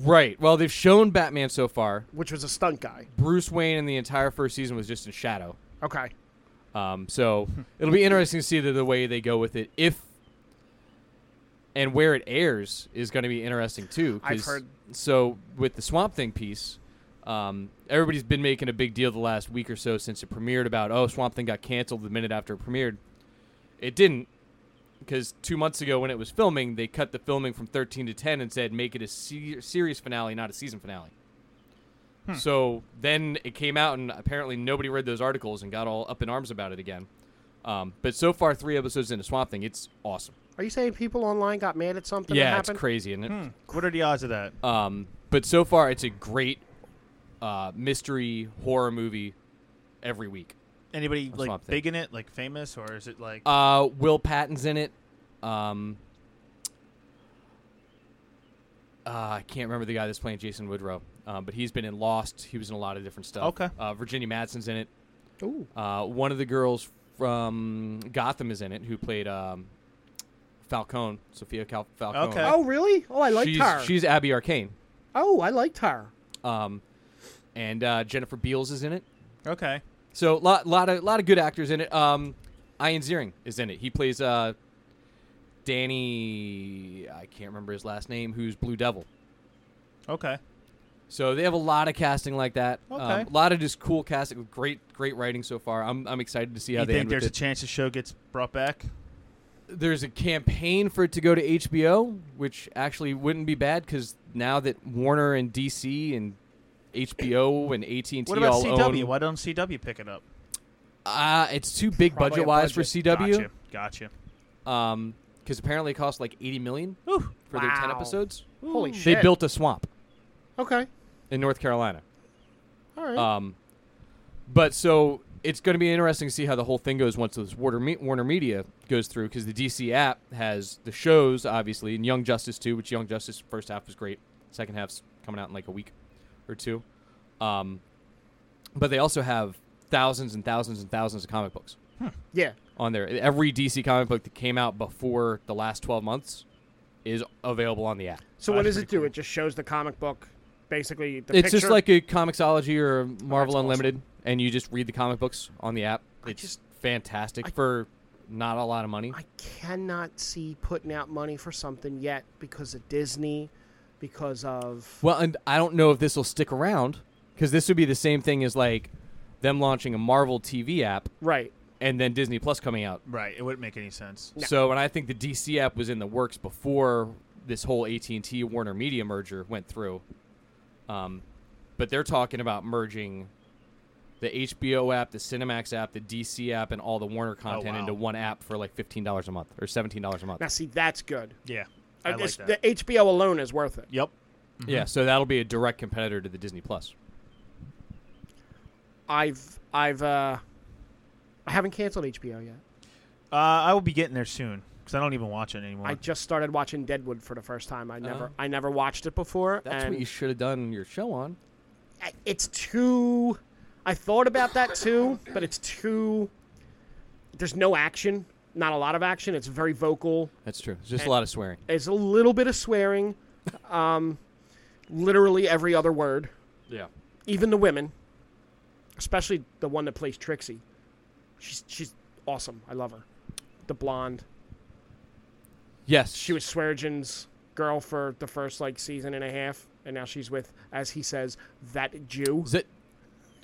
Right. Well, they've shown Batman so far.
Which was a stunt guy.
Bruce Wayne in the entire first season was just in shadow.
Okay.
Um, so it'll be interesting to see the, the way they go with it. If and where it airs is going to be interesting too. 'cause-
I've heard-
So with the Swamp Thing piece, um, everybody's been making a big deal the last week or so since it premiered about oh Swamp Thing got canceled the minute after it premiered. It didn't because two months ago when it was filming, they cut the filming from 13 to 10 and said make it a se- series finale, not a season finale. So then it came out, and apparently nobody read those articles and got all up in arms about it again. Um, but so far, three episodes into Swamp Thing, it's awesome.
Are you saying people online got mad at something that
yeah, it's
happened?
crazy, isn't it?
Hmm. What are the odds of that?
Um, but so far, it's a great uh, mystery horror movie every week.
Anybody
Or
like
Swamp Thing.
big in it, like famous, or is it like
Uh, Will Patton's in it. Um, uh, I can't remember the guy that's playing Jason Woodrow, uh, but he's been in Lost. He was in a lot of different stuff.
Okay.
Uh, Virginia Madsen's in it.
Ooh.
Uh, one of the girls from Gotham is in it, who played um, Falcone, Sophia Cal- Falcone.
Okay.
Oh, really? Oh, I liked
she's,
her.
She's Abby Arcane.
oh, I liked her.
Um, and uh, Jennifer Beals is in it.
Okay.
So lot lot of lot of good actors in it. Um, Ian Ziering is in it. He plays uh, Danny. I can't remember his last name. Who's Blue Devil?
Okay.
So they have a lot of casting like that.
Okay.
a lot of just cool casting. with Great great writing so far. I'm I'm excited to see how
you
they
think
end
there's
with
a
it.
chance the show gets brought back?
there's a campaign for it to go to HBO, which actually wouldn't be bad because now that Warner and DC and HBO and AT and T
What about
all
CW?
own,
Why don't CW pick it up?
uh, it's too big
Probably a
budget wise for
budget.
CW.
Gotcha. Gotcha.
Because apparently it costs like 80 million
Ooh.
for their 10
Wow.
episodes.
Holy
They
shit!
built a swamp
Okay.
in North Carolina.
All right.
Um, but so it's going to be interesting to see how the whole thing goes once this Warner, Me- Warner Media goes through because the DC app has the shows, obviously, and Young Justice too, which Young Justice first half was great. Second half's coming out in like a week or two. Um, but they also have thousands and thousands and thousands of comic books
yeah.
on there. Every DC comic book that came out before the last 12 months is available on the app.
So
Oh,
what
that's
does it
pretty
do?
cool.
It just shows the comic book, basically. The
it's
picture? Oh,
just like a Comixology or a Marvel
awesome.
Unlimited, and you just read the comic books on the app.
I
It's
just-
fantastic
I-
for not a lot of money.
I cannot see putting out money for something yet because of Disney, because of
well, and I don't know if this will stick around because this would be the same thing as like them launching a Marvel TV app
right.
and then Disney Plus coming out.
Right. It wouldn't make any sense.
No.
So, and I think the DC app was in the works before this whole AT and T Warner Media merger went through. Um, but they're talking about merging the HBO app, the Cinemax app, the DC app, and all the Warner content
wow.
into one app for like fifteen dollars a month or seventeen dollars a month.
Now see, that's good.
Yeah.
Uh,
I like
this-
that.
The HBO alone is worth it.
yep.
Yeah, so that'll be a direct competitor to the Disney Plus.
I've I've uh, I haven't canceled HBO yet.
Uh, I will be getting there soon because I don't even watch it anymore.
I just started watching Deadwood for the first time. I never
Oh.
I never watched it before.
That's
and
what you should have done your show on.
I- it's too. I thought about that too, but it's too. There's no action. Not a lot of action. It's very vocal.
That's true. It's just a lot of swearing.
There's a little bit of swearing. Um, literally every other word,
Yeah.
even the women, especially the one that plays Trixie. She's she's awesome. I love her. The blonde.
Yes.
She was Swearingen's girl for the first like season and a half, and now she's with, as he says, that Jew.
Is it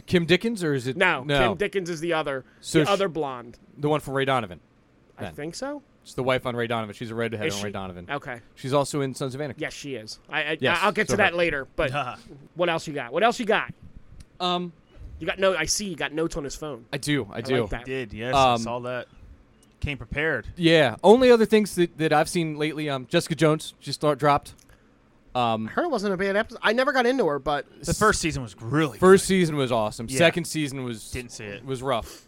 Kim Dickens or is it
No,
No,
Kim Dickens is the other,
So
the
sh-
other blonde.
the one from Ray Donovan.
I
Then.
think so.
It's the wife on Ray Donovan. She's a redhead
Is
on
she?
Ray Donovan.
Okay.
She's also in Sons of Anarchy.
Yes, she is. I, I
Yes,
I'll get
so
to that
her.
later. But what else you got? What else you got?
Um,
You got no. I see you got notes on his phone.
I do, I
I
do.
like that.
did. Yes. I
Um,
saw that. Came prepared.
Yeah. Only other things that, that I've seen lately. Um, Jessica Jones just thought, dropped. Um,
Her wasn't a bad episode. I never got into her, but
The first season was really
first season was awesome.
Yeah.
Second season was
Didn't see it.
was rough.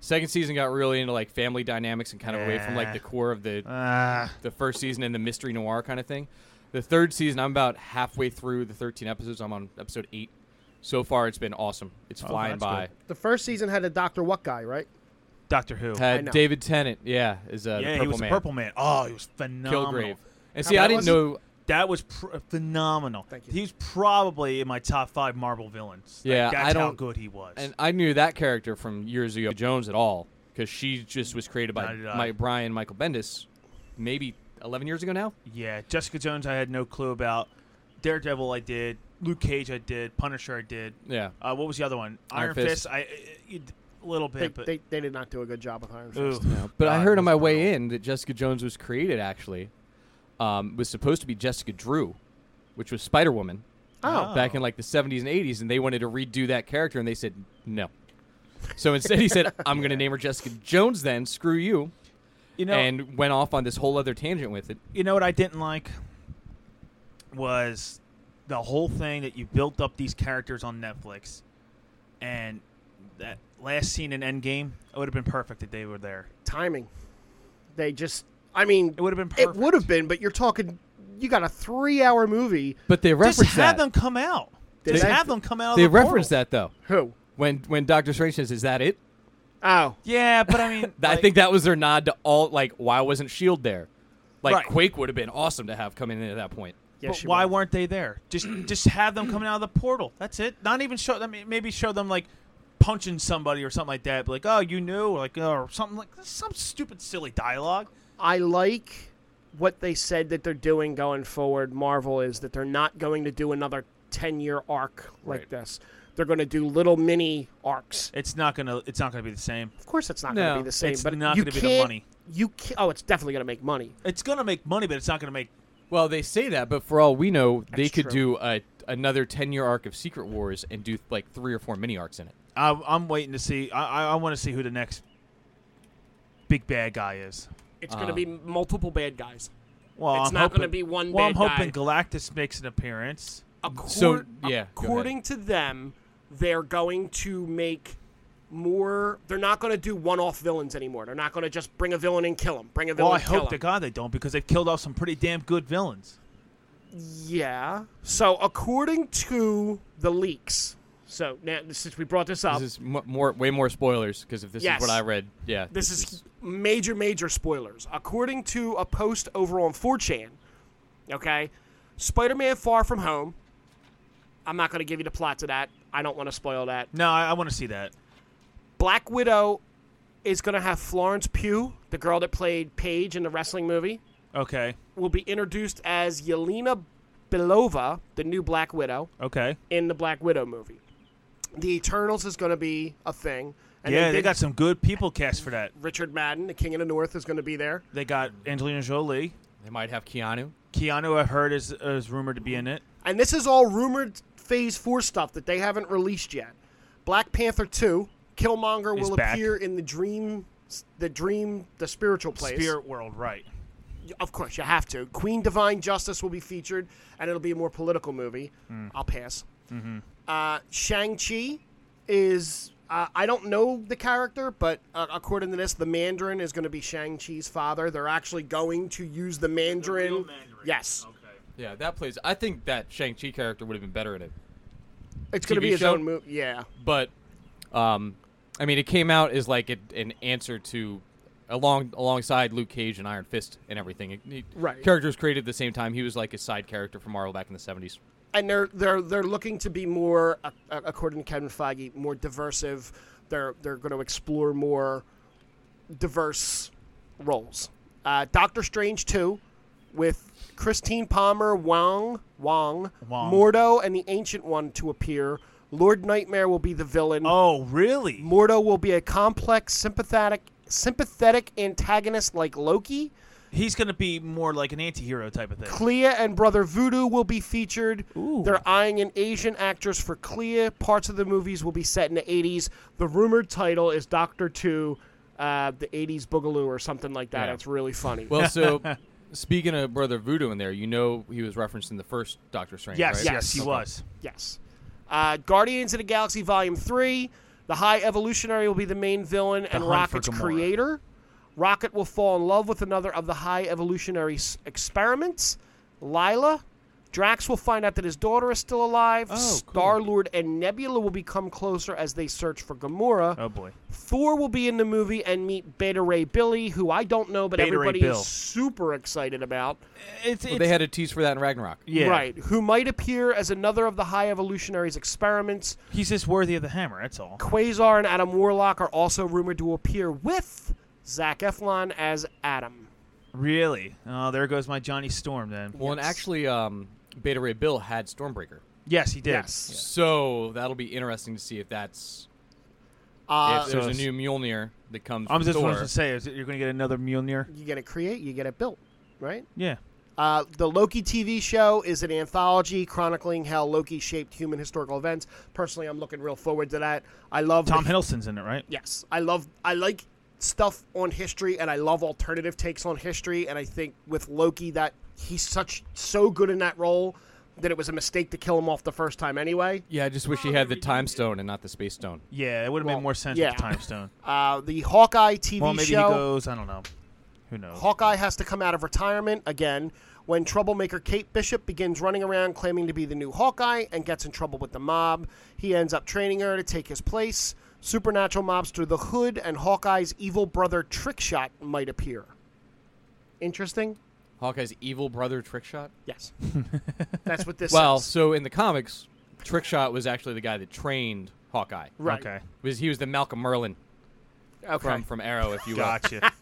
Second season got really into like family dynamics and kind of away from like
Yeah.
the core of the
good. Ah.
the first season and the mystery noir kind of thing. The third season, I'm about halfway through the 13 episodes. I'm on episode eight. So far, it's been awesome. It's
Oh,
flying
that's
by.
the first season had a Doctor What guy, right?
Doctor
I
Who.
know.
Had David Tennant, yeah, is uh, the
yeah,
purple
he was
man,
Purple Man. Oh, he was phenomenal.
Kilgrave. And
How
see, I
bad
didn't
was
know.
That was pr- uh, phenomenal.
Thank you.
He's probably in my top five Marvel villains. Like,
Yeah,
that's
I
how
don't-
good he was.
And I knew that character from years ago, Jones at all, because she just was created by
Neither did I.
my Brian Michael Bendis, maybe 11 years ago now.
yeah, Jessica Jones, I had no clue about. Daredevil, I did. Luke Cage, I did. Punisher, I did.
Yeah,
Uh, what was the other one?
Iron
Iron,
Fist.
Fist. I uh, a little
They,
bit, but
they, they did not do a good job with Iron Fist.
Ooh.
No, but I
God,
heard
it was
on my way
brutal.
in that Jessica Jones was created actually. Um, was supposed to be Jessica Drew, which was Spider Woman
Oh,
Ah.
back in like the 70s and 80s, and they wanted to redo that character, and they said no. So instead, he said, "I'm going to name her Jessica Jones." Then screw you,
you know,
and went off on this whole other tangent with it.
you know what I didn't like was the whole thing that you built up these characters on Netflix, and that last scene in Endgame. It would have been perfect if they were there.
timing. They just. I mean,
It would have been perfect.
it would have been, but you're talking. You got a three-hour movie.
But they
just
referenced
have
that.
them come out.
Did
Just
they-
have them come out. of
they
the
referenced
portal.
that though.
Who?
When when Doctor Strange says, "Is that it?"
Oh,
Yeah, but I mean,
I
like,
think that was their nod to all. Like, why wasn't Shield E there? Like
Right.
Quake would have been awesome to have come in at that point.
Yes,
but
she
why
would.
weren't they there? Just just have them coming out of the portal. That's it. Not even show them. Maybe show them like punching somebody or something like that. Like oh you knew or like oh, or something like some stupid silly dialogue.
I like what they said that they're doing going forward. Marvel is that they're not going to do another ten-year arc like
Right.
this. They're going to do little mini arcs.
It's not gonna. It's not gonna be the same.
Of course, it's not
No,
going to be the same.
it's
but
not
you
gonna be the
can't-
money.
You can oh, it's definitely going to make money.
It's gonna make money, but it's not gonna make.
Well, they say that, but for all we know, they
That's
could
true.
do a, another ten-year arc of Secret Wars and do like three or four mini arcs in it.
I, I'm waiting to see. I I, I want to see who the next big bad guy is.
It's going to
Uh,
be multiple bad guys.
Well,
It's
I'm
not
hoping,
gonna be one
Well, I'm
bad
hoping
guy.
Galactus makes an appearance.
Accor-
So, yeah, go
according to them, they're going to make more. They're not going to do one-off villains anymore. They're not going to just bring a villain and kill him. Bring a villain.
Well, I
and kill
hope to
him.
God they don't because they've killed off some pretty damn good villains.
Yeah. So according to the leaks, so now since we brought this up,
This is m- more, way more spoilers because if this
Yes.
is what I read, yeah,
This is major, major spoilers. According to a post over on 4chan, okay, Spider Man Far From Home. I'm not going to give you the plot to that. I don't want to spoil that.
No, I, I want to see that.
Black Widow is going to have Florence Pugh, the girl that played Paige in the wrestling movie,
Okay,
will be introduced as Yelena Belova, the new Black Widow,
okay.
in the Black Widow movie. The Eternals is going to be a thing. And
yeah, they,
did-
got some good people cast for that.
Richard Madden, the King of the North, is going to be there.
They got Angelina Jolie.
they might have Keanu.
Keanu, I heard, is, is rumored to be in it.
And this is all rumored Phase 4 stuff that they haven't released yet. Black Panther 2, Killmonger
Is
will
back.
appear in the dream the dream the spiritual place.
Spirit World, right.
Of course, you have to. Queen Divine Justice will be featured and it'll be a more political movie. I'll pass. Uh, Shang-Chi is uh, I don't know the character, but uh, according to this, the Mandarin is going to be Shang-Chi's father. They're actually going to use the Mandarin. Yes.
Yeah, that plays. I think that Shang Chi character would have been better in it,
It's going to
TV
be his
show?
own movie. Yeah.
but, um, I mean, it came out as like a, an answer to, along alongside Luke Cage and Iron Fist and everything. It- it-
Right.
Character was created at the same time. He was like a side character from Marvel back in the seventies.
and they're they're they're looking to be more, uh, uh, according to Kevin Feige, more diversive. They're they're going to explore more diverse roles. Uh, Doctor Strange two, with Christine Palmer, Wong, Wong,
Wong.
Mordo, and the Ancient One to appear. Lord Nightmare will be the villain.
Oh, really?
Mordo will be a complex, sympathetic, sympathetic antagonist like Loki.
He's going to be more like an anti-hero type of thing.
Clea and Brother Voodoo will be featured.
Ooh.
They're eyeing an Asian actress for Clea. Parts of the movies will be set in the 80s. The rumored title is Doctor Two, uh, the 80s Boogaloo or something like that.
Yeah.
It's really funny.
Well, so speaking of Brother Voodoo in there, you know he was referenced in the first Doctor Strange.
Yes,
right?
yes,
Yes.
he
Okay.
was.
yes. Uh, Guardians of the Galaxy Volume 3. The High Evolutionary will be the main villain and
Hunt for
Rocket's
Gamora.
creator. Rocket will fall in love with another of the High Evolutionary's experiments, Lila. Drax will find out that his daughter is still alive.
Oh, cool.
Star Lord and Nebula will become closer as they search for Gamora.
Oh boy.
Thor will be in the movie and meet Beta Ray Billy, who I don't know, but
Beta Ray
everybody
Bill.
is super excited about.
It's,
Well,
it's-
they had a tease for that in Ragnarok.
yeah.
Right, who might appear as another of the High Evolutionary's experiments.
He's just worthy of the hammer. That's all.
Quasar and Adam Warlock are also rumored to appear with Zach Efron as Adam.
Really? Oh, there goes my Johnny Storm then.
Well, and actually, um, Beta Ray Bill had Stormbreaker,
Yes, he did.
Yes.
so that'll be interesting to see if that's
Uh,
if there's
so
a
it's-
new Mjolnir that comes.
I'm
from
just
Thor.
wanted to say is that you're going to get another Mjolnir.
you get it create, you get it built, right?
Yeah.
Uh, the Loki TV show is an anthology chronicling how Loki shaped human historical events. Personally, I'm looking real forward to that. I love
Tom
the-
Hiddleston's in it, right?
Yes, I love. I like stuff on history, and I love alternative takes on history. And I think with Loki, that he's such so good in that role that it was a mistake to kill him off the first time anyway.
Yeah, I just wish he had the time stone and not the space stone.
Yeah, it would have
Well,
made more sense
yeah.
with the time stone.
Uh, the Hawkeye TV
well, maybe
show.
he goes. I don't know. Who knows?
Hawkeye has to come out of retirement again when troublemaker Kate Bishop begins running around claiming to be the new Hawkeye and gets in trouble with the mob. He ends up training her to take his place. Supernatural mobster The Hood and Hawkeye's evil brother Trickshot might appear. Interesting.
Hawkeye's evil brother Trickshot.
Yes, that's what this.
Well,
says.
so in the comics, Trickshot was actually the guy that trained Hawkeye.
right.
Okay.
Was he was the Malcolm Merlin
Okay.
from from Arrow, if you will.
Gotcha.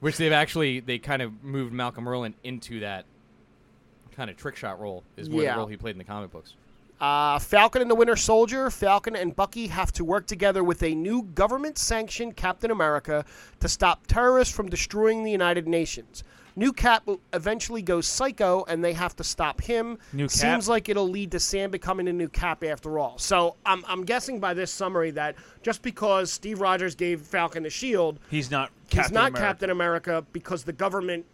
Which they've actually they kind of moved Malcolm Merlin into that kind of Trickshot role is more
Yeah.
the role he played in the comic books.
Uh, Falcon and the Winter Soldier, Falcon and Bucky have to work together with a new government sanctioned Captain America to stop terrorists from destroying the United Nations. New Cap will eventually goes psycho and they have to stop him.
New Cap?
Seems like it'll lead to Sam becoming a new Cap after all. So I'm, I'm guessing by this summary that just because Steve Rogers gave Falcon the shield,
He's not Captain
he's not
America.
Captain America because the government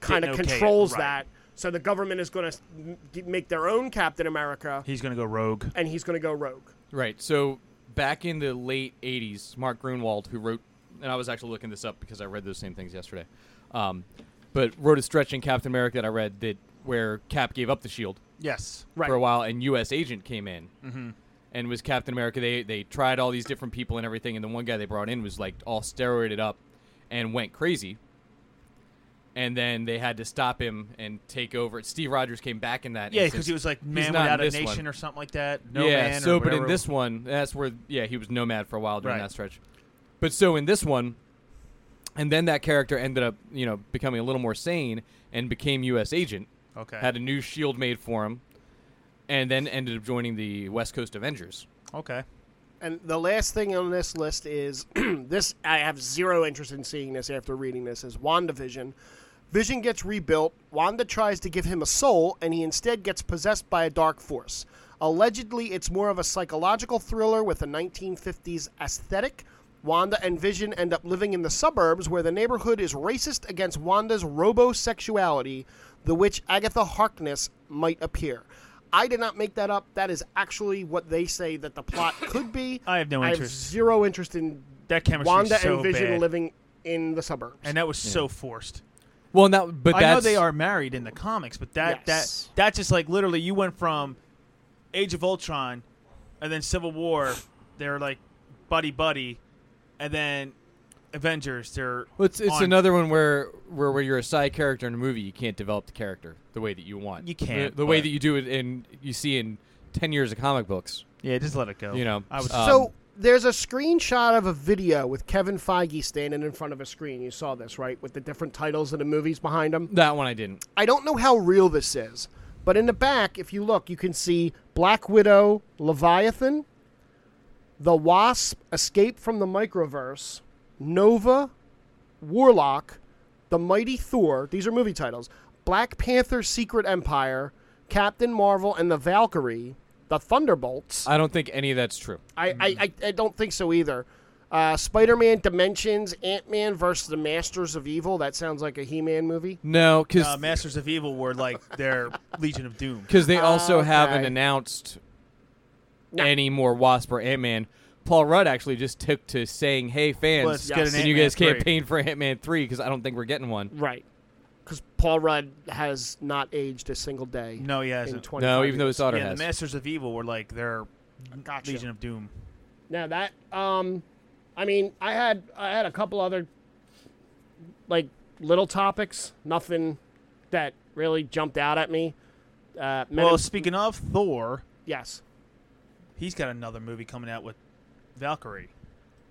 kind of
okay it,
controls
right.
that. So the government is going to make their own Captain America
He's gonna go rogue.
and he's going to go rogue.
Right. So back in the late '80s, Mark Grunwald, who wrote, and I was actually looking this up because I read those same things yesterday, um, but wrote a stretch in Captain America that I read that where Cap gave up the shield
Yes.
Right.
for a while, and U.S. Agent came in
Mm-hmm.
and was Captain America. They they tried all these different people and everything, and the one guy they brought in was like all steroided up and went crazy. And then they had to stop him and take over. Steve Rogers came back in that.
Yeah,
instance.
because he was like
He's
man
not in
without a
this
nation
one
or something like that. No
yeah,
man.
so
or
but in
whatever.
this one, that's where yeah, he was nomad for a while during
Right.
that stretch. But so in this one, and then that character ended up, you know, becoming a little more sane and became US agent,
okay.
had a new shield made for him, and then ended up joining the West Coast Avengers.
okay.
And the last thing on this list is this I have zero interest in seeing this after reading this is WandaVision. Vision gets rebuilt, Wanda tries to give him a soul, and he instead gets possessed by a dark force. Allegedly, it's more of a psychological thriller with a 1950s aesthetic. Wanda and Vision end up living in the suburbs where the neighborhood is racist against Wanda's robosexuality, the which Agatha Harkness might appear. I did not make that up. That is actually what they say that the plot could be.
I have no
I have
interest.
zero interest in
That chemistry is
Wanda
so
and Vision
bad.
living in the suburbs.
and that was so forced.
Well, now, but
I know
that's,
they are married in the comics, but that
Yes.
that that's just like literally you went from Age of Ultron and then Civil War, they're like buddy buddy, and then Avengers, they're
Well, it's, it's
on-
another one where, where where you're a side character in a movie, you can't develop the character the way that you want.
You can't,
the, the way
but-
that you do it in you see in ten years of comic books.
yeah, just let it go.
You know,
I was
uh,
so
um,
there's a screenshot of a video with Kevin Feige standing in front of a screen. You saw this, right? With the different titles of the movies behind him.
That one I didn't.
I don't know how real this is, but in the back, if you look, you can see Black Widow, Leviathan, the Wasp, Escape from the Microverse, Nova, Warlock, the Mighty Thor. These are movie titles. Black Panther, Secret Empire, Captain Marvel, and the Valkyrie, the Thunderbolts.
I don't think any of that's true.
I, I, I, I don't think so either. Uh, Spider Man Dimensions, Ant Man versus the Masters of Evil. That sounds like a He Man movie.
No, because
uh, Masters of Evil were like their Legion of Doom.
Because they
Oh,
also haven't
Okay.
announced
No.
any more Wasp or Ant Man. Paul Rudd actually just took to saying, "Hey fans,
Let's
get an
and you
Ant-Man
guys
3."
campaign for Ant Man three because I don't think we're getting one."
Right. Because Paul Rudd has not aged a single day.
No, he
in
hasn't.
20
No, even though his daughter
Yeah, the
has.
Masters of Evil were like their
Gotcha.
Legion of Doom.
Now that, um, I mean, I had I had a couple other like little topics. Nothing that really jumped out at me. Uh, Men
Well,
in-
speaking of Thor,
yes,
he's got another movie coming out with Valkyrie.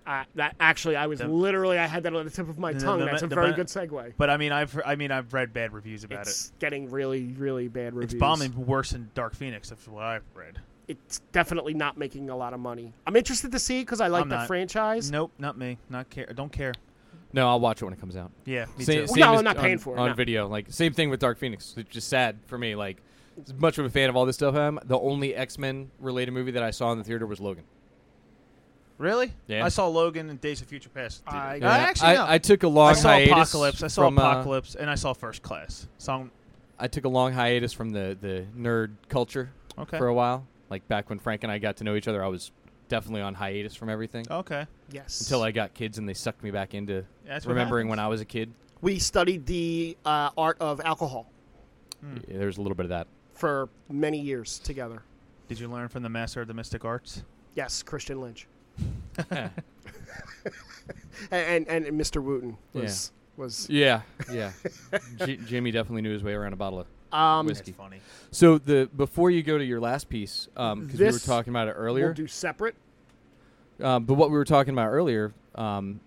uh, that actually I was
The-
literally I had that on the tip of my
The-
tongue.
the-
That's a
the-
very
the-
good segue.
But I mean, I've I mean, I've read bad reviews about it.
It's getting really really bad reviews.
It's bombing worse than Dark Phoenix. That's what I've read.
It's definitely not making a lot of money. I'm interested to see because I like
I'm
the
not.
franchise.
Nope, not me. Not care. Don't care.
No, I'll watch it when it comes out.
Yeah, me
Same-
too.
Well,
same
no,
as
I'm not
on-
paying for it,
on
no.
video. Like same thing with Dark Phoenix. It's just sad for me. Like as much of a fan of all this stuff, I am the only X Men related movie that I saw in the theater was Logan.
Really?
Yeah.
I saw Logan and Days of Future Past.
I-
I actually no.
I, I took a long
I saw
hiatus
Apocalypse. I saw
from, uh,
Apocalypse, and I saw First Class. So
I took a long hiatus from the the nerd culture
I'm, okay.
for a while. Like back when Frank and I got to know each other, I was definitely on hiatus from everything.
Oh.
okay.
Yes.
until I got kids and they sucked me back into
That's what
remembering when
happens.
I was a kid.
we studied the uh, art of alcohol Mm.
Yeah, there was a little bit of that.
for many years together.
Did you learn from the Master of the Mystic Arts?
Yes, Christian Lynch. and, and and Mr. Wooten was was
Yeah, yeah. J- Jimmy definitely knew his way around a bottle of
um,
Whiskey.
That's funny.
So the before you go to your last piece, because we were
This
talking about it earlier,
We'll do separate.
um, but what we were talking about earlier, um,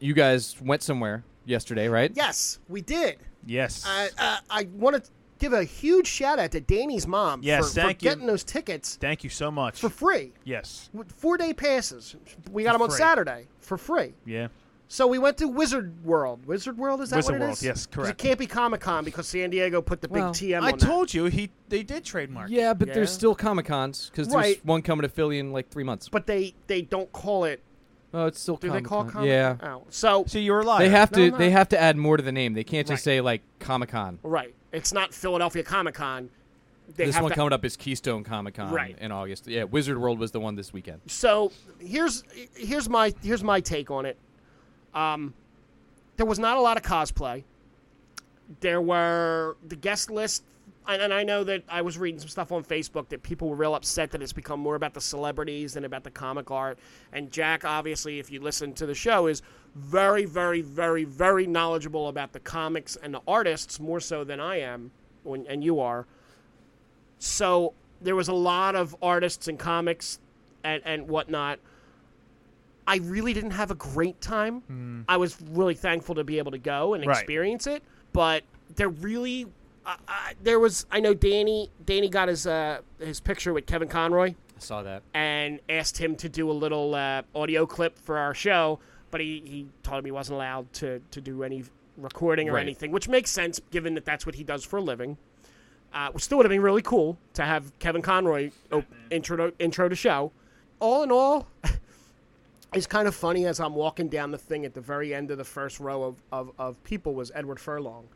you guys went somewhere yesterday, right?
Yes, we did.
Yes.
I uh, I want to give a huge shout out to Danny's mom
Yes,
for, for
thank you.
getting those tickets
Thank you so much.
for free.
yes.
Four day passes. We got
For
them on
free.
Saturday for free.
Yeah.
So we went to Wizard World. Wizard World is that
Wizard
what it
World,
is?
yes,
'Cause It
correct.
can't be Comic Con because San Diego put the
Well,
big TM
I
on that.
told you he they did trademark. it.
Yeah, but there's
Yeah.
still Comic Cons because
Right.
there's one coming to Philly in like three months.
But they they don't call it.
Oh, it's still
Do
Comic
they call
Con.
Comic?
Yeah,
Oh, so
So you were lying.
they have
No,
to
I'm
they
not.
have to add more to the name. They can't just
Right.
say like Comic Con.
right, it's not Philadelphia Comic Con. They
This
have
one
to
coming up is Keystone Comic Con
Right.
in August. Yeah, Wizard World was the one this weekend.
so here's here's my here's my take on it. Um, there was not a lot of cosplay. There were the guest list, and, and I know that I was reading some stuff on Facebook that people were real upset that it's become more about the celebrities than about the comic art. And Jack, obviously, if you listen to the show, is very, very, very, very knowledgeable about the comics and the artists more so than I am, when, and you are. So there was a lot of artists and comics and, and whatnot. I really didn't have a great time. I was really thankful to be able to go and
Right.
experience it, but there really, I I there was. I know Danny. Danny got his uh, his picture with Kevin Conroy
I saw that.
and asked him to do a little uh, audio clip for our show, but he, he told him he wasn't allowed to, to do any recording or
Right.
anything, which makes sense given that that's what he does for a living. Uh, which still would have been really cool to have Kevin Conroy op- intro to, intro to show. All in all, it's kind of funny as I'm walking down the thing at the very end of the first row of, of, of people was Edward Furlong,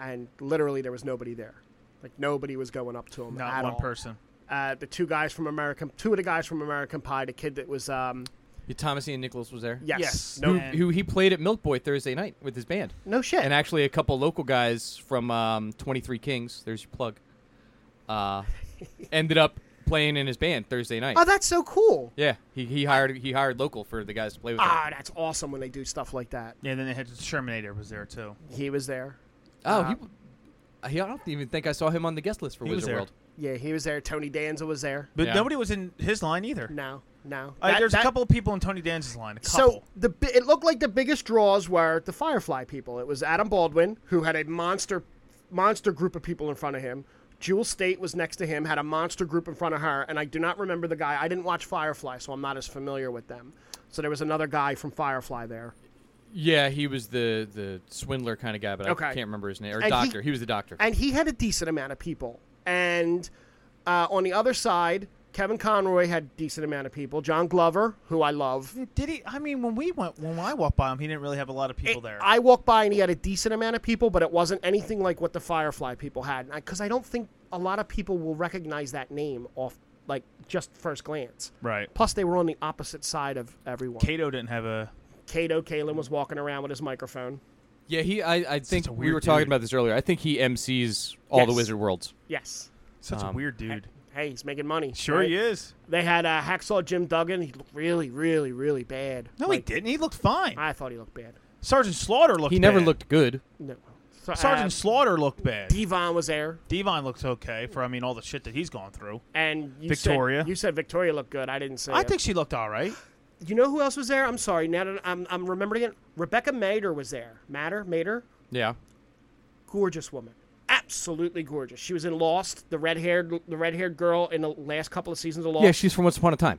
and literally there was nobody there. Like nobody was going up to him.
Not
at
one
all
person.
uh, the two guys from American, two of the guys from American Pie, the kid that was, um,
Yeah, Thomas Ian Nicholas was there.
yes,
Yes.
no,
who,
And-
who he played at Milk Boy Thursday night with his band.
no shit.
and actually a couple local guys from um, 23 Kings. There's your plug. Uh, ended up playing in his band Thursday night.
oh, that's so cool.
yeah, he, he hired he hired local for the guys to play with. him.
Ah, that's awesome when they do stuff like that.
Yeah, then they had Shermanator was there too.
He was there.
oh,
uh,
he, he- I don't even think I saw him on the guest list for
He was
Wizard
there.
World.
Yeah, he was there. Tony Danza was there.
But
Yeah.
nobody was in his line either.
No, no.
Uh,
That-
there's
that-
a couple of people in Tony Danza's line. A couple.
So the bi- it looked like the biggest draws were the Firefly people. It was Adam Baldwin who had a monster, monster group of people in front of him. Jewel State was next to him, had a monster group in front of her, and I do not remember the guy. I didn't watch Firefly, so I'm not as familiar with them. So there was another guy from Firefly there.
Yeah, he was the the swindler kind of guy, but
Okay.
I can't remember his name or
And he-
doctor. He, was the doctor.
and he had a decent amount of people. And uh, on the other side, Kevin Conroy had a decent amount of people. John Glover, who I love,
did he? I mean, when we went, when I walked by him, he didn't really have a lot of people
It-
there.
I walked by and he had a decent amount of people, but it wasn't anything like what the Firefly people had. Because I, don't think a lot of people will recognize that name off like just first glance.
right.
Plus, they were on the opposite side of everyone.
Cato didn't have a.
Kato Kalen was walking around with his microphone.
yeah, he. I, I think
a
we
weird
were talking
dude.
about this earlier. I think he MCs all the
Yes.
Wizard Worlds.
Yes.
Such a
Um,
weird dude.
Hey, he's making money.
Sure
right?
he is.
They had uh, Hacksaw Jim Duggan. He looked really, really, really bad.
No,
Like,
he didn't. He looked fine.
I thought he looked bad.
Sergeant Slaughter looked.
He never
bad.
looked good.
No. So,
Sergeant
uh,
Slaughter looked bad.
Devon was there,
Devon looks okay for I mean all the shit that he's gone through.
and you
Victoria.
Said, you said Victoria looked good. I didn't say.
I
it.
think she looked all right.
You know who else was there? I'm sorry. Now that I'm, I'm remembering it, Rebecca Mader was there. Matter, Mader,
Yeah,
gorgeous woman, absolutely gorgeous. She was in Lost, the red haired, the red haired girl in the last couple of seasons of Lost,
yeah. She's from Once Upon a Time.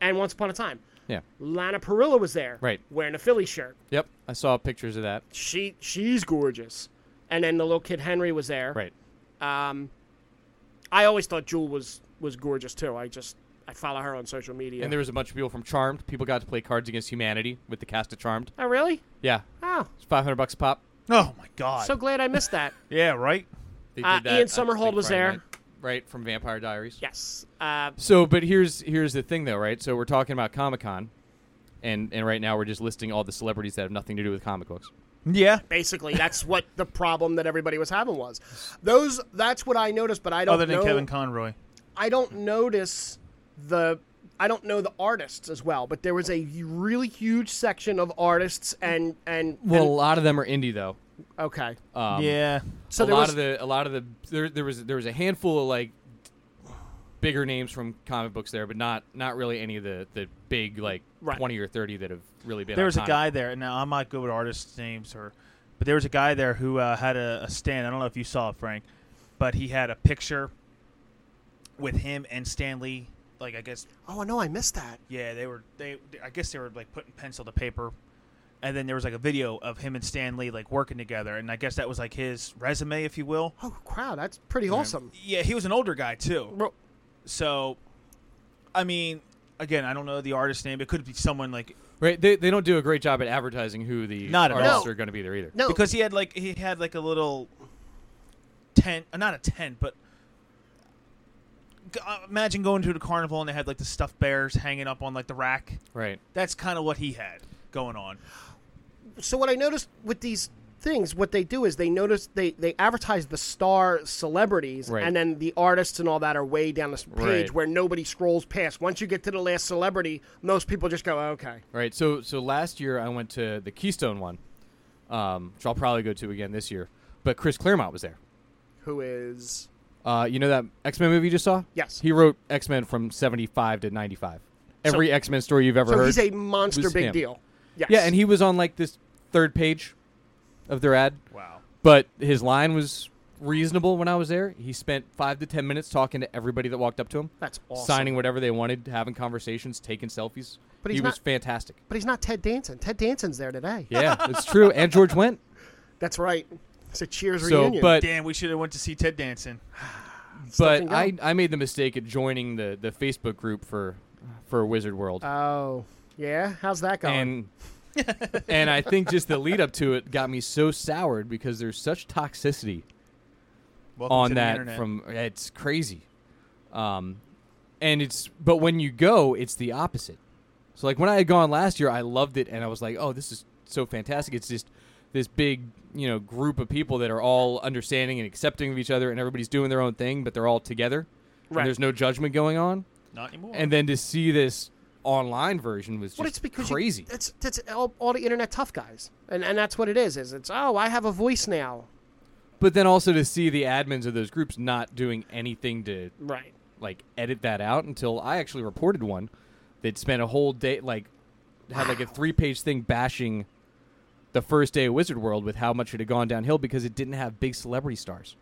and Once Upon a Time.
Yeah.
Lana Perilla was there,
Right.
wearing a Philly shirt.
Yep. I saw pictures of that.
She she's gorgeous, and then the little kid Henry was there.
Right.
Um, I always thought Jewel was was gorgeous too. I just I follow her on social media.
And there was a bunch of people from Charmed. People got to play Cards Against Humanity with the cast of Charmed.
oh really?
Yeah,
Oh,
it's 500 bucks a pop.
Oh my god.
so glad I missed that.
yeah, right.
They
Uh, Ian
I
Somerhalder
think,
was
Friday
there.
night, right from Vampire Diaries.
yes. Uh,
So, but here's here's the thing though, right? So we're talking about Comic Con, and and right now we're just listing all the celebrities that have nothing to do with comic books.
Yeah.
basically, that's what the problem that everybody was having was.
Oh,
Those. That's what I noticed, but I don't
Other than
know.
Kevin Conroy.
I don't notice the I don't know the artists as well, but there was a really huge section of artists and and, and-
Well, a lot of them are indie though.
okay.
Um,
yeah.
So
a
there
lot
was
of the a lot of the there, there was there was a handful of like bigger names from comic books there, but not not really any of the the big like
Right.
twenty or thirty that have really been.
There was a
iconic.
guy there. Now I'm not good with artists' names, or but there was a guy there who uh, had a, a stand. I don't know if you saw it, Frank, but he had a picture with him and Stanley. Like I guess,
oh no, I missed that.
yeah, they were they. I guess they were like putting pencil to paper, and then there was like a video of him and Stanley like working together, and I guess that was like his resume, if you will.
Oh wow, that's pretty awesome.
Yeah, he was an older guy too.
Ro-
So, I mean, again, I don't know the artist's name. It could be someone like
Right, they, they don't do a great job at advertising who the
Not at all.
artists
No.
are going to be there either.
No,
because he had like he had like a little tent, uh, not a tent, but g- uh, imagine going to the carnival and they had like the stuffed bears hanging up on like the rack.
Right.
That's kind of what he had going on.
so what I noticed with these things, what they do is they notice they they advertise the star celebrities,
Right.
and then the artists and all that are way down this page
Right.
where nobody scrolls past. Once you get to the last celebrity, most people just go, "Okay,
Right. So so last year I went to the Keystone one, um, which I'll probably go to again this year. But Chris Claremont was there.
who is?"
Uh, you know that X Men movie you just saw?
Yes.
He wrote X Men from seventy five to ninety five. Every X Men story you've ever
So
heard.
he's a monster
was
big
him.
deal. Yes.
yeah, and he was on like this third page of their ad.
Wow.
But his line was reasonable when I was there. He spent five to ten minutes talking to everybody that walked up to him,
that's awesome.
signing whatever they wanted, having conversations, taking selfies.
But
he
he's
was
not-
fantastic.
But he's not Ted Danson. Ted Danson's there today.
Yeah, it's true. And George went.
That's right. It's a Cheers
So,
reunion.
but
Damn, we should have went to see Ted dancing.
Something
but I, I made the mistake of joining the, the Facebook group for for Wizard World,
Ah,
oh yeah, how's that going?
and and I think just the lead up to it got me so soured because there's such toxicity
Welcome
on
to the
that
internet.
from it's crazy, um, and it's but when you go, it's the opposite. So like when I had gone last year, I loved it, and I was like, oh, this is so fantastic. It's just this big you know group of people that are all understanding and accepting of each other, and everybody's doing their own thing, but they're all together. and
Right.
there's no judgment going on.
not anymore.
and then to see this online version was just
Well, it's because you-
crazy.
That's that's all, all the internet tough guys, and and that's what it is. Is it's oh I have a voice now,
but then also to see the admins of those groups not doing anything to
right?
like edit that out until I actually reported one that spent a whole day like had like a three-page thing bashing the first day of Wizard World with how much it had gone downhill because it didn't have big celebrity stars.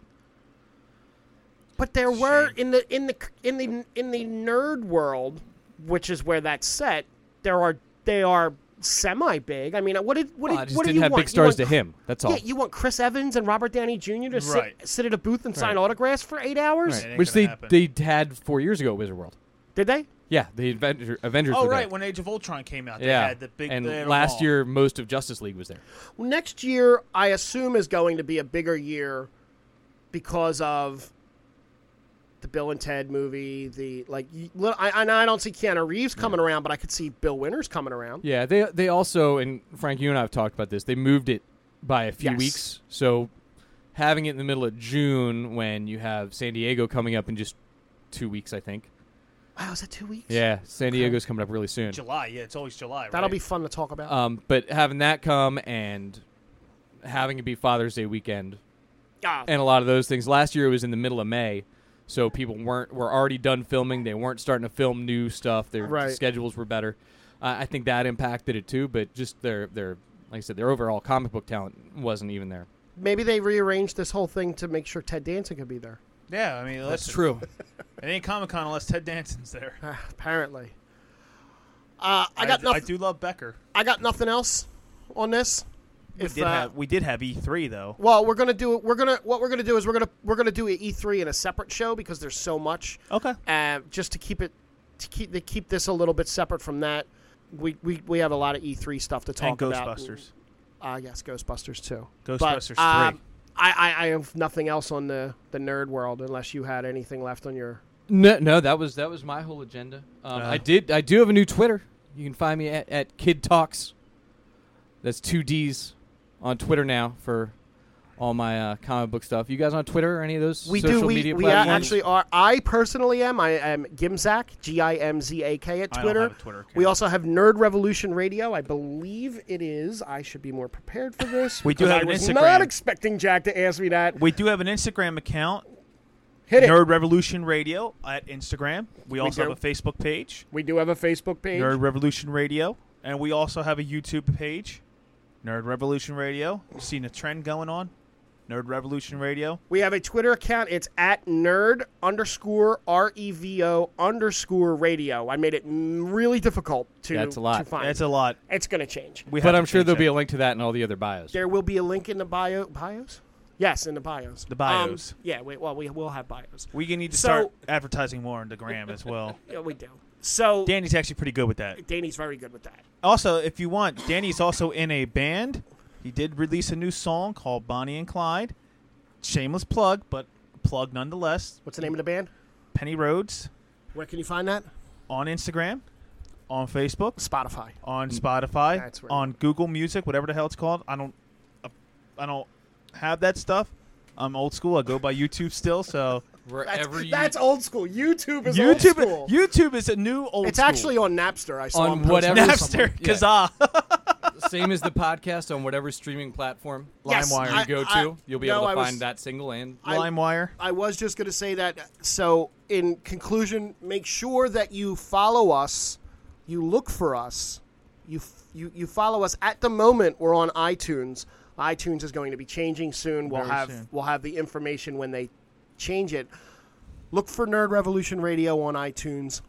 But there were in the in the in the in the nerd world, which is where that's set. There are they are semi big. I mean, what did what
Well,
did
I Uh, just
what do
didn't
you
have
want?
big stars
you
to
want,
him. That's all.
Yeah, you want Chris Evans and Robert Downey Jr. to
Right.
sit sit at a booth and sign
Right.
autographs for eight hours?
Right.
ain't
Which
gonna
they
happen.
they had four years ago at Wizard World.
Did they?
Yeah, the Avenger, Avengers.
oh
were there.
right, when Age of Ultron came out, they
yeah,
had the big
and
they had a
last
wall.
year most of Justice League was there.
next year I assume is going to be a bigger year because of the Bill and Ted movie. The like, you- li- I and I don't see Keanu Reeves coming around, but I could see Bill Winters coming around.
Yeah, they they also and Frank, you and I have talked about this. They moved it by a few
Yes.
weeks, so having it in the middle of June when you have San Diego coming up in just two weeks, I think.
Wow, is that two weeks?
Yeah, San Diego's coming up really soon.
July. Yeah, it's always July.
that'll
right?
be fun to talk about.
Um, but having that come and having it be Father's Day weekend
Ah,
and a lot of those things. Last year it was in the middle of May, so people weren't were already done filming. They weren't starting to film new stuff. Their
Right.
schedules were better. Uh, I think that impacted it too. But just their their like I said, their overall comic book talent wasn't even there.
maybe they rearranged this whole thing to make sure Ted Danson could be there.
Yeah, I mean listen,
true.
It ain't Comic Con unless Ted Danson's there.
Ah, apparently, uh, I got
I
nothing.
do love Becker.
I, got nothing else on this. uh,
We did have we did have E3 though.
Well, we're gonna do we're gonna what we're gonna do is we're gonna we're gonna do an E three in a separate show because there's so much.
Okay.
Uh, just to keep it to keep to keep this a little bit separate from that. We we, we have a lot of E three stuff to talk
and
about.
Ghostbusters.
Uh, yes, Ghostbusters too.
Ghostbusters
but, um,
three.
I, I I have nothing else on the the nerd world unless you had anything left on your.
No, no, that was that was my whole agenda. Um,
Uh.
I did I do have a new Twitter. You can find me at, at Kid Talks. That's two D's on Twitter now for all my uh, comic book stuff. You guys on Twitter or any of those
We
social
do. We,
media
we
platforms?
actually are. I personally am. I am Gimzak, G I M Z A K at
I don't
Twitter.
have a Twitter
We
account.
also have Nerd Revolution Radio. I believe it is. I should be more prepared for this.
We do
because
have
I
an
was
Instagram.
not expecting Jack to ask me that.
We do have an Instagram account,
Hit it.
Nerd Revolution Radio at Instagram. We also
do.
have a Facebook page,
We do have a Facebook page.
Nerd Revolution Radio, and we also have a YouTube page, Nerd Revolution Radio. You seen a trend going on? Nerd Revolution Radio.
We have a Twitter account. It's at nerd underscore R E V O underscore radio. I made it m- really difficult to,
That's a lot.
to find.
That's a lot.
it's going to change.
We
But
have
I'm
to
sure
change
there'll be
that.
a link to that in all the other bios.
There will be a link in the bio bios. Yes, in the bios.
The bios.
Um, yeah. Wait. Well, we will have bios.
We gonna need to
So-
start advertising more on the gram as well.
Yeah, we do. So
Danny's actually pretty good with that.
Danny's very good with that.
Also, if you want, Danny's also in a band. He did release a new song called Bonnie and Clyde. Shameless plug, but plug nonetheless.
What's the name of the band?
Penny Rhodes
Where can you find that?
on Instagram, on Facebook,
Spotify.
on Spotify,
Mm. That's right.
on Google Music, whatever the hell it's called. I don't, I don't have that stuff. I'm old school. I go by YouTube still. So
That's,
Wherever you
that's old school. YouTube is
YouTube,
old school.
YouTube is a new old.
it's
school.
actually on Napster. I saw him
On
post
whatever-
it.
Napster,
Yeah.
Kazaa.
same as the podcast on whatever streaming platform
Yes,
LimeWire.
I-
you go to,
I-
you'll be
no,
able to
I was-
find that single and
I-
LimeWire.
I was just going to say that. So, in conclusion, make sure that you follow us. You look for us. You f- you you follow us. At the moment, we're on iTunes. iTunes is going to be changing soon. We'll
Very
have
soon.
we'll have the information when they change it. Look for Nerd Revolution Radio on iTunes.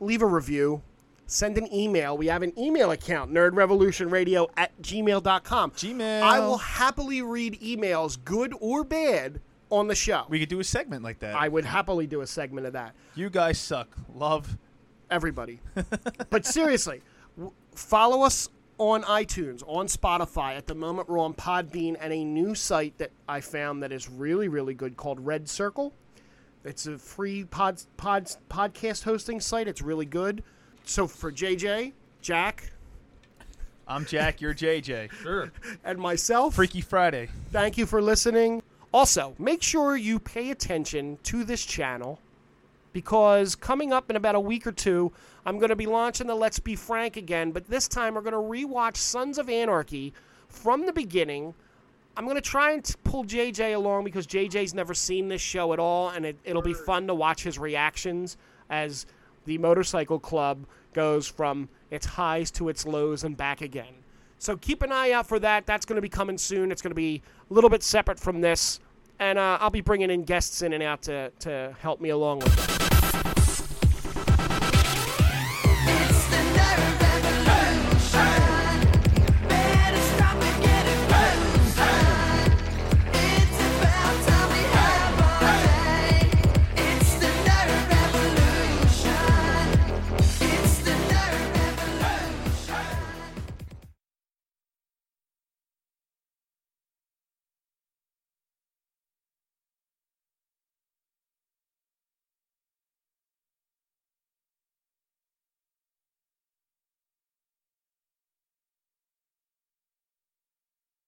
Leave a review. Send an email. We have an email account, nerdrevolutionradio at gmail.com.
Gmail.
I will happily read emails, good or bad, on the show.
We could do a segment like that.
I would happily do a segment of that.
you guys suck. Love.
Everybody. but seriously, w- follow us on iTunes, on Spotify. At the moment, we're on Podbean and a new site that I found that is really, really good called Red Circle. It's a free pod, pod, podcast hosting site. It's really good. So for JJ, Jack,
I'm Jack. You're JJ.
sure.
and myself,
Freaky Friday.
Thank you for listening. Also, make sure you pay attention to this channel because coming up in about a week or two, I'm going to be launching the Let's Be Frank again, but this time we're going to rewatch Sons of Anarchy from the beginning. I'm going to try and t- pull JJ along because JJ's never seen this show at all, and it, it'll be fun to watch his reactions as the motorcycle club goes from its highs to its lows and back again. So keep an eye out for that. That's going to be coming soon. It's going to be a little bit separate from this, and uh, I'll be bringing in guests in and out to, to help me along with that.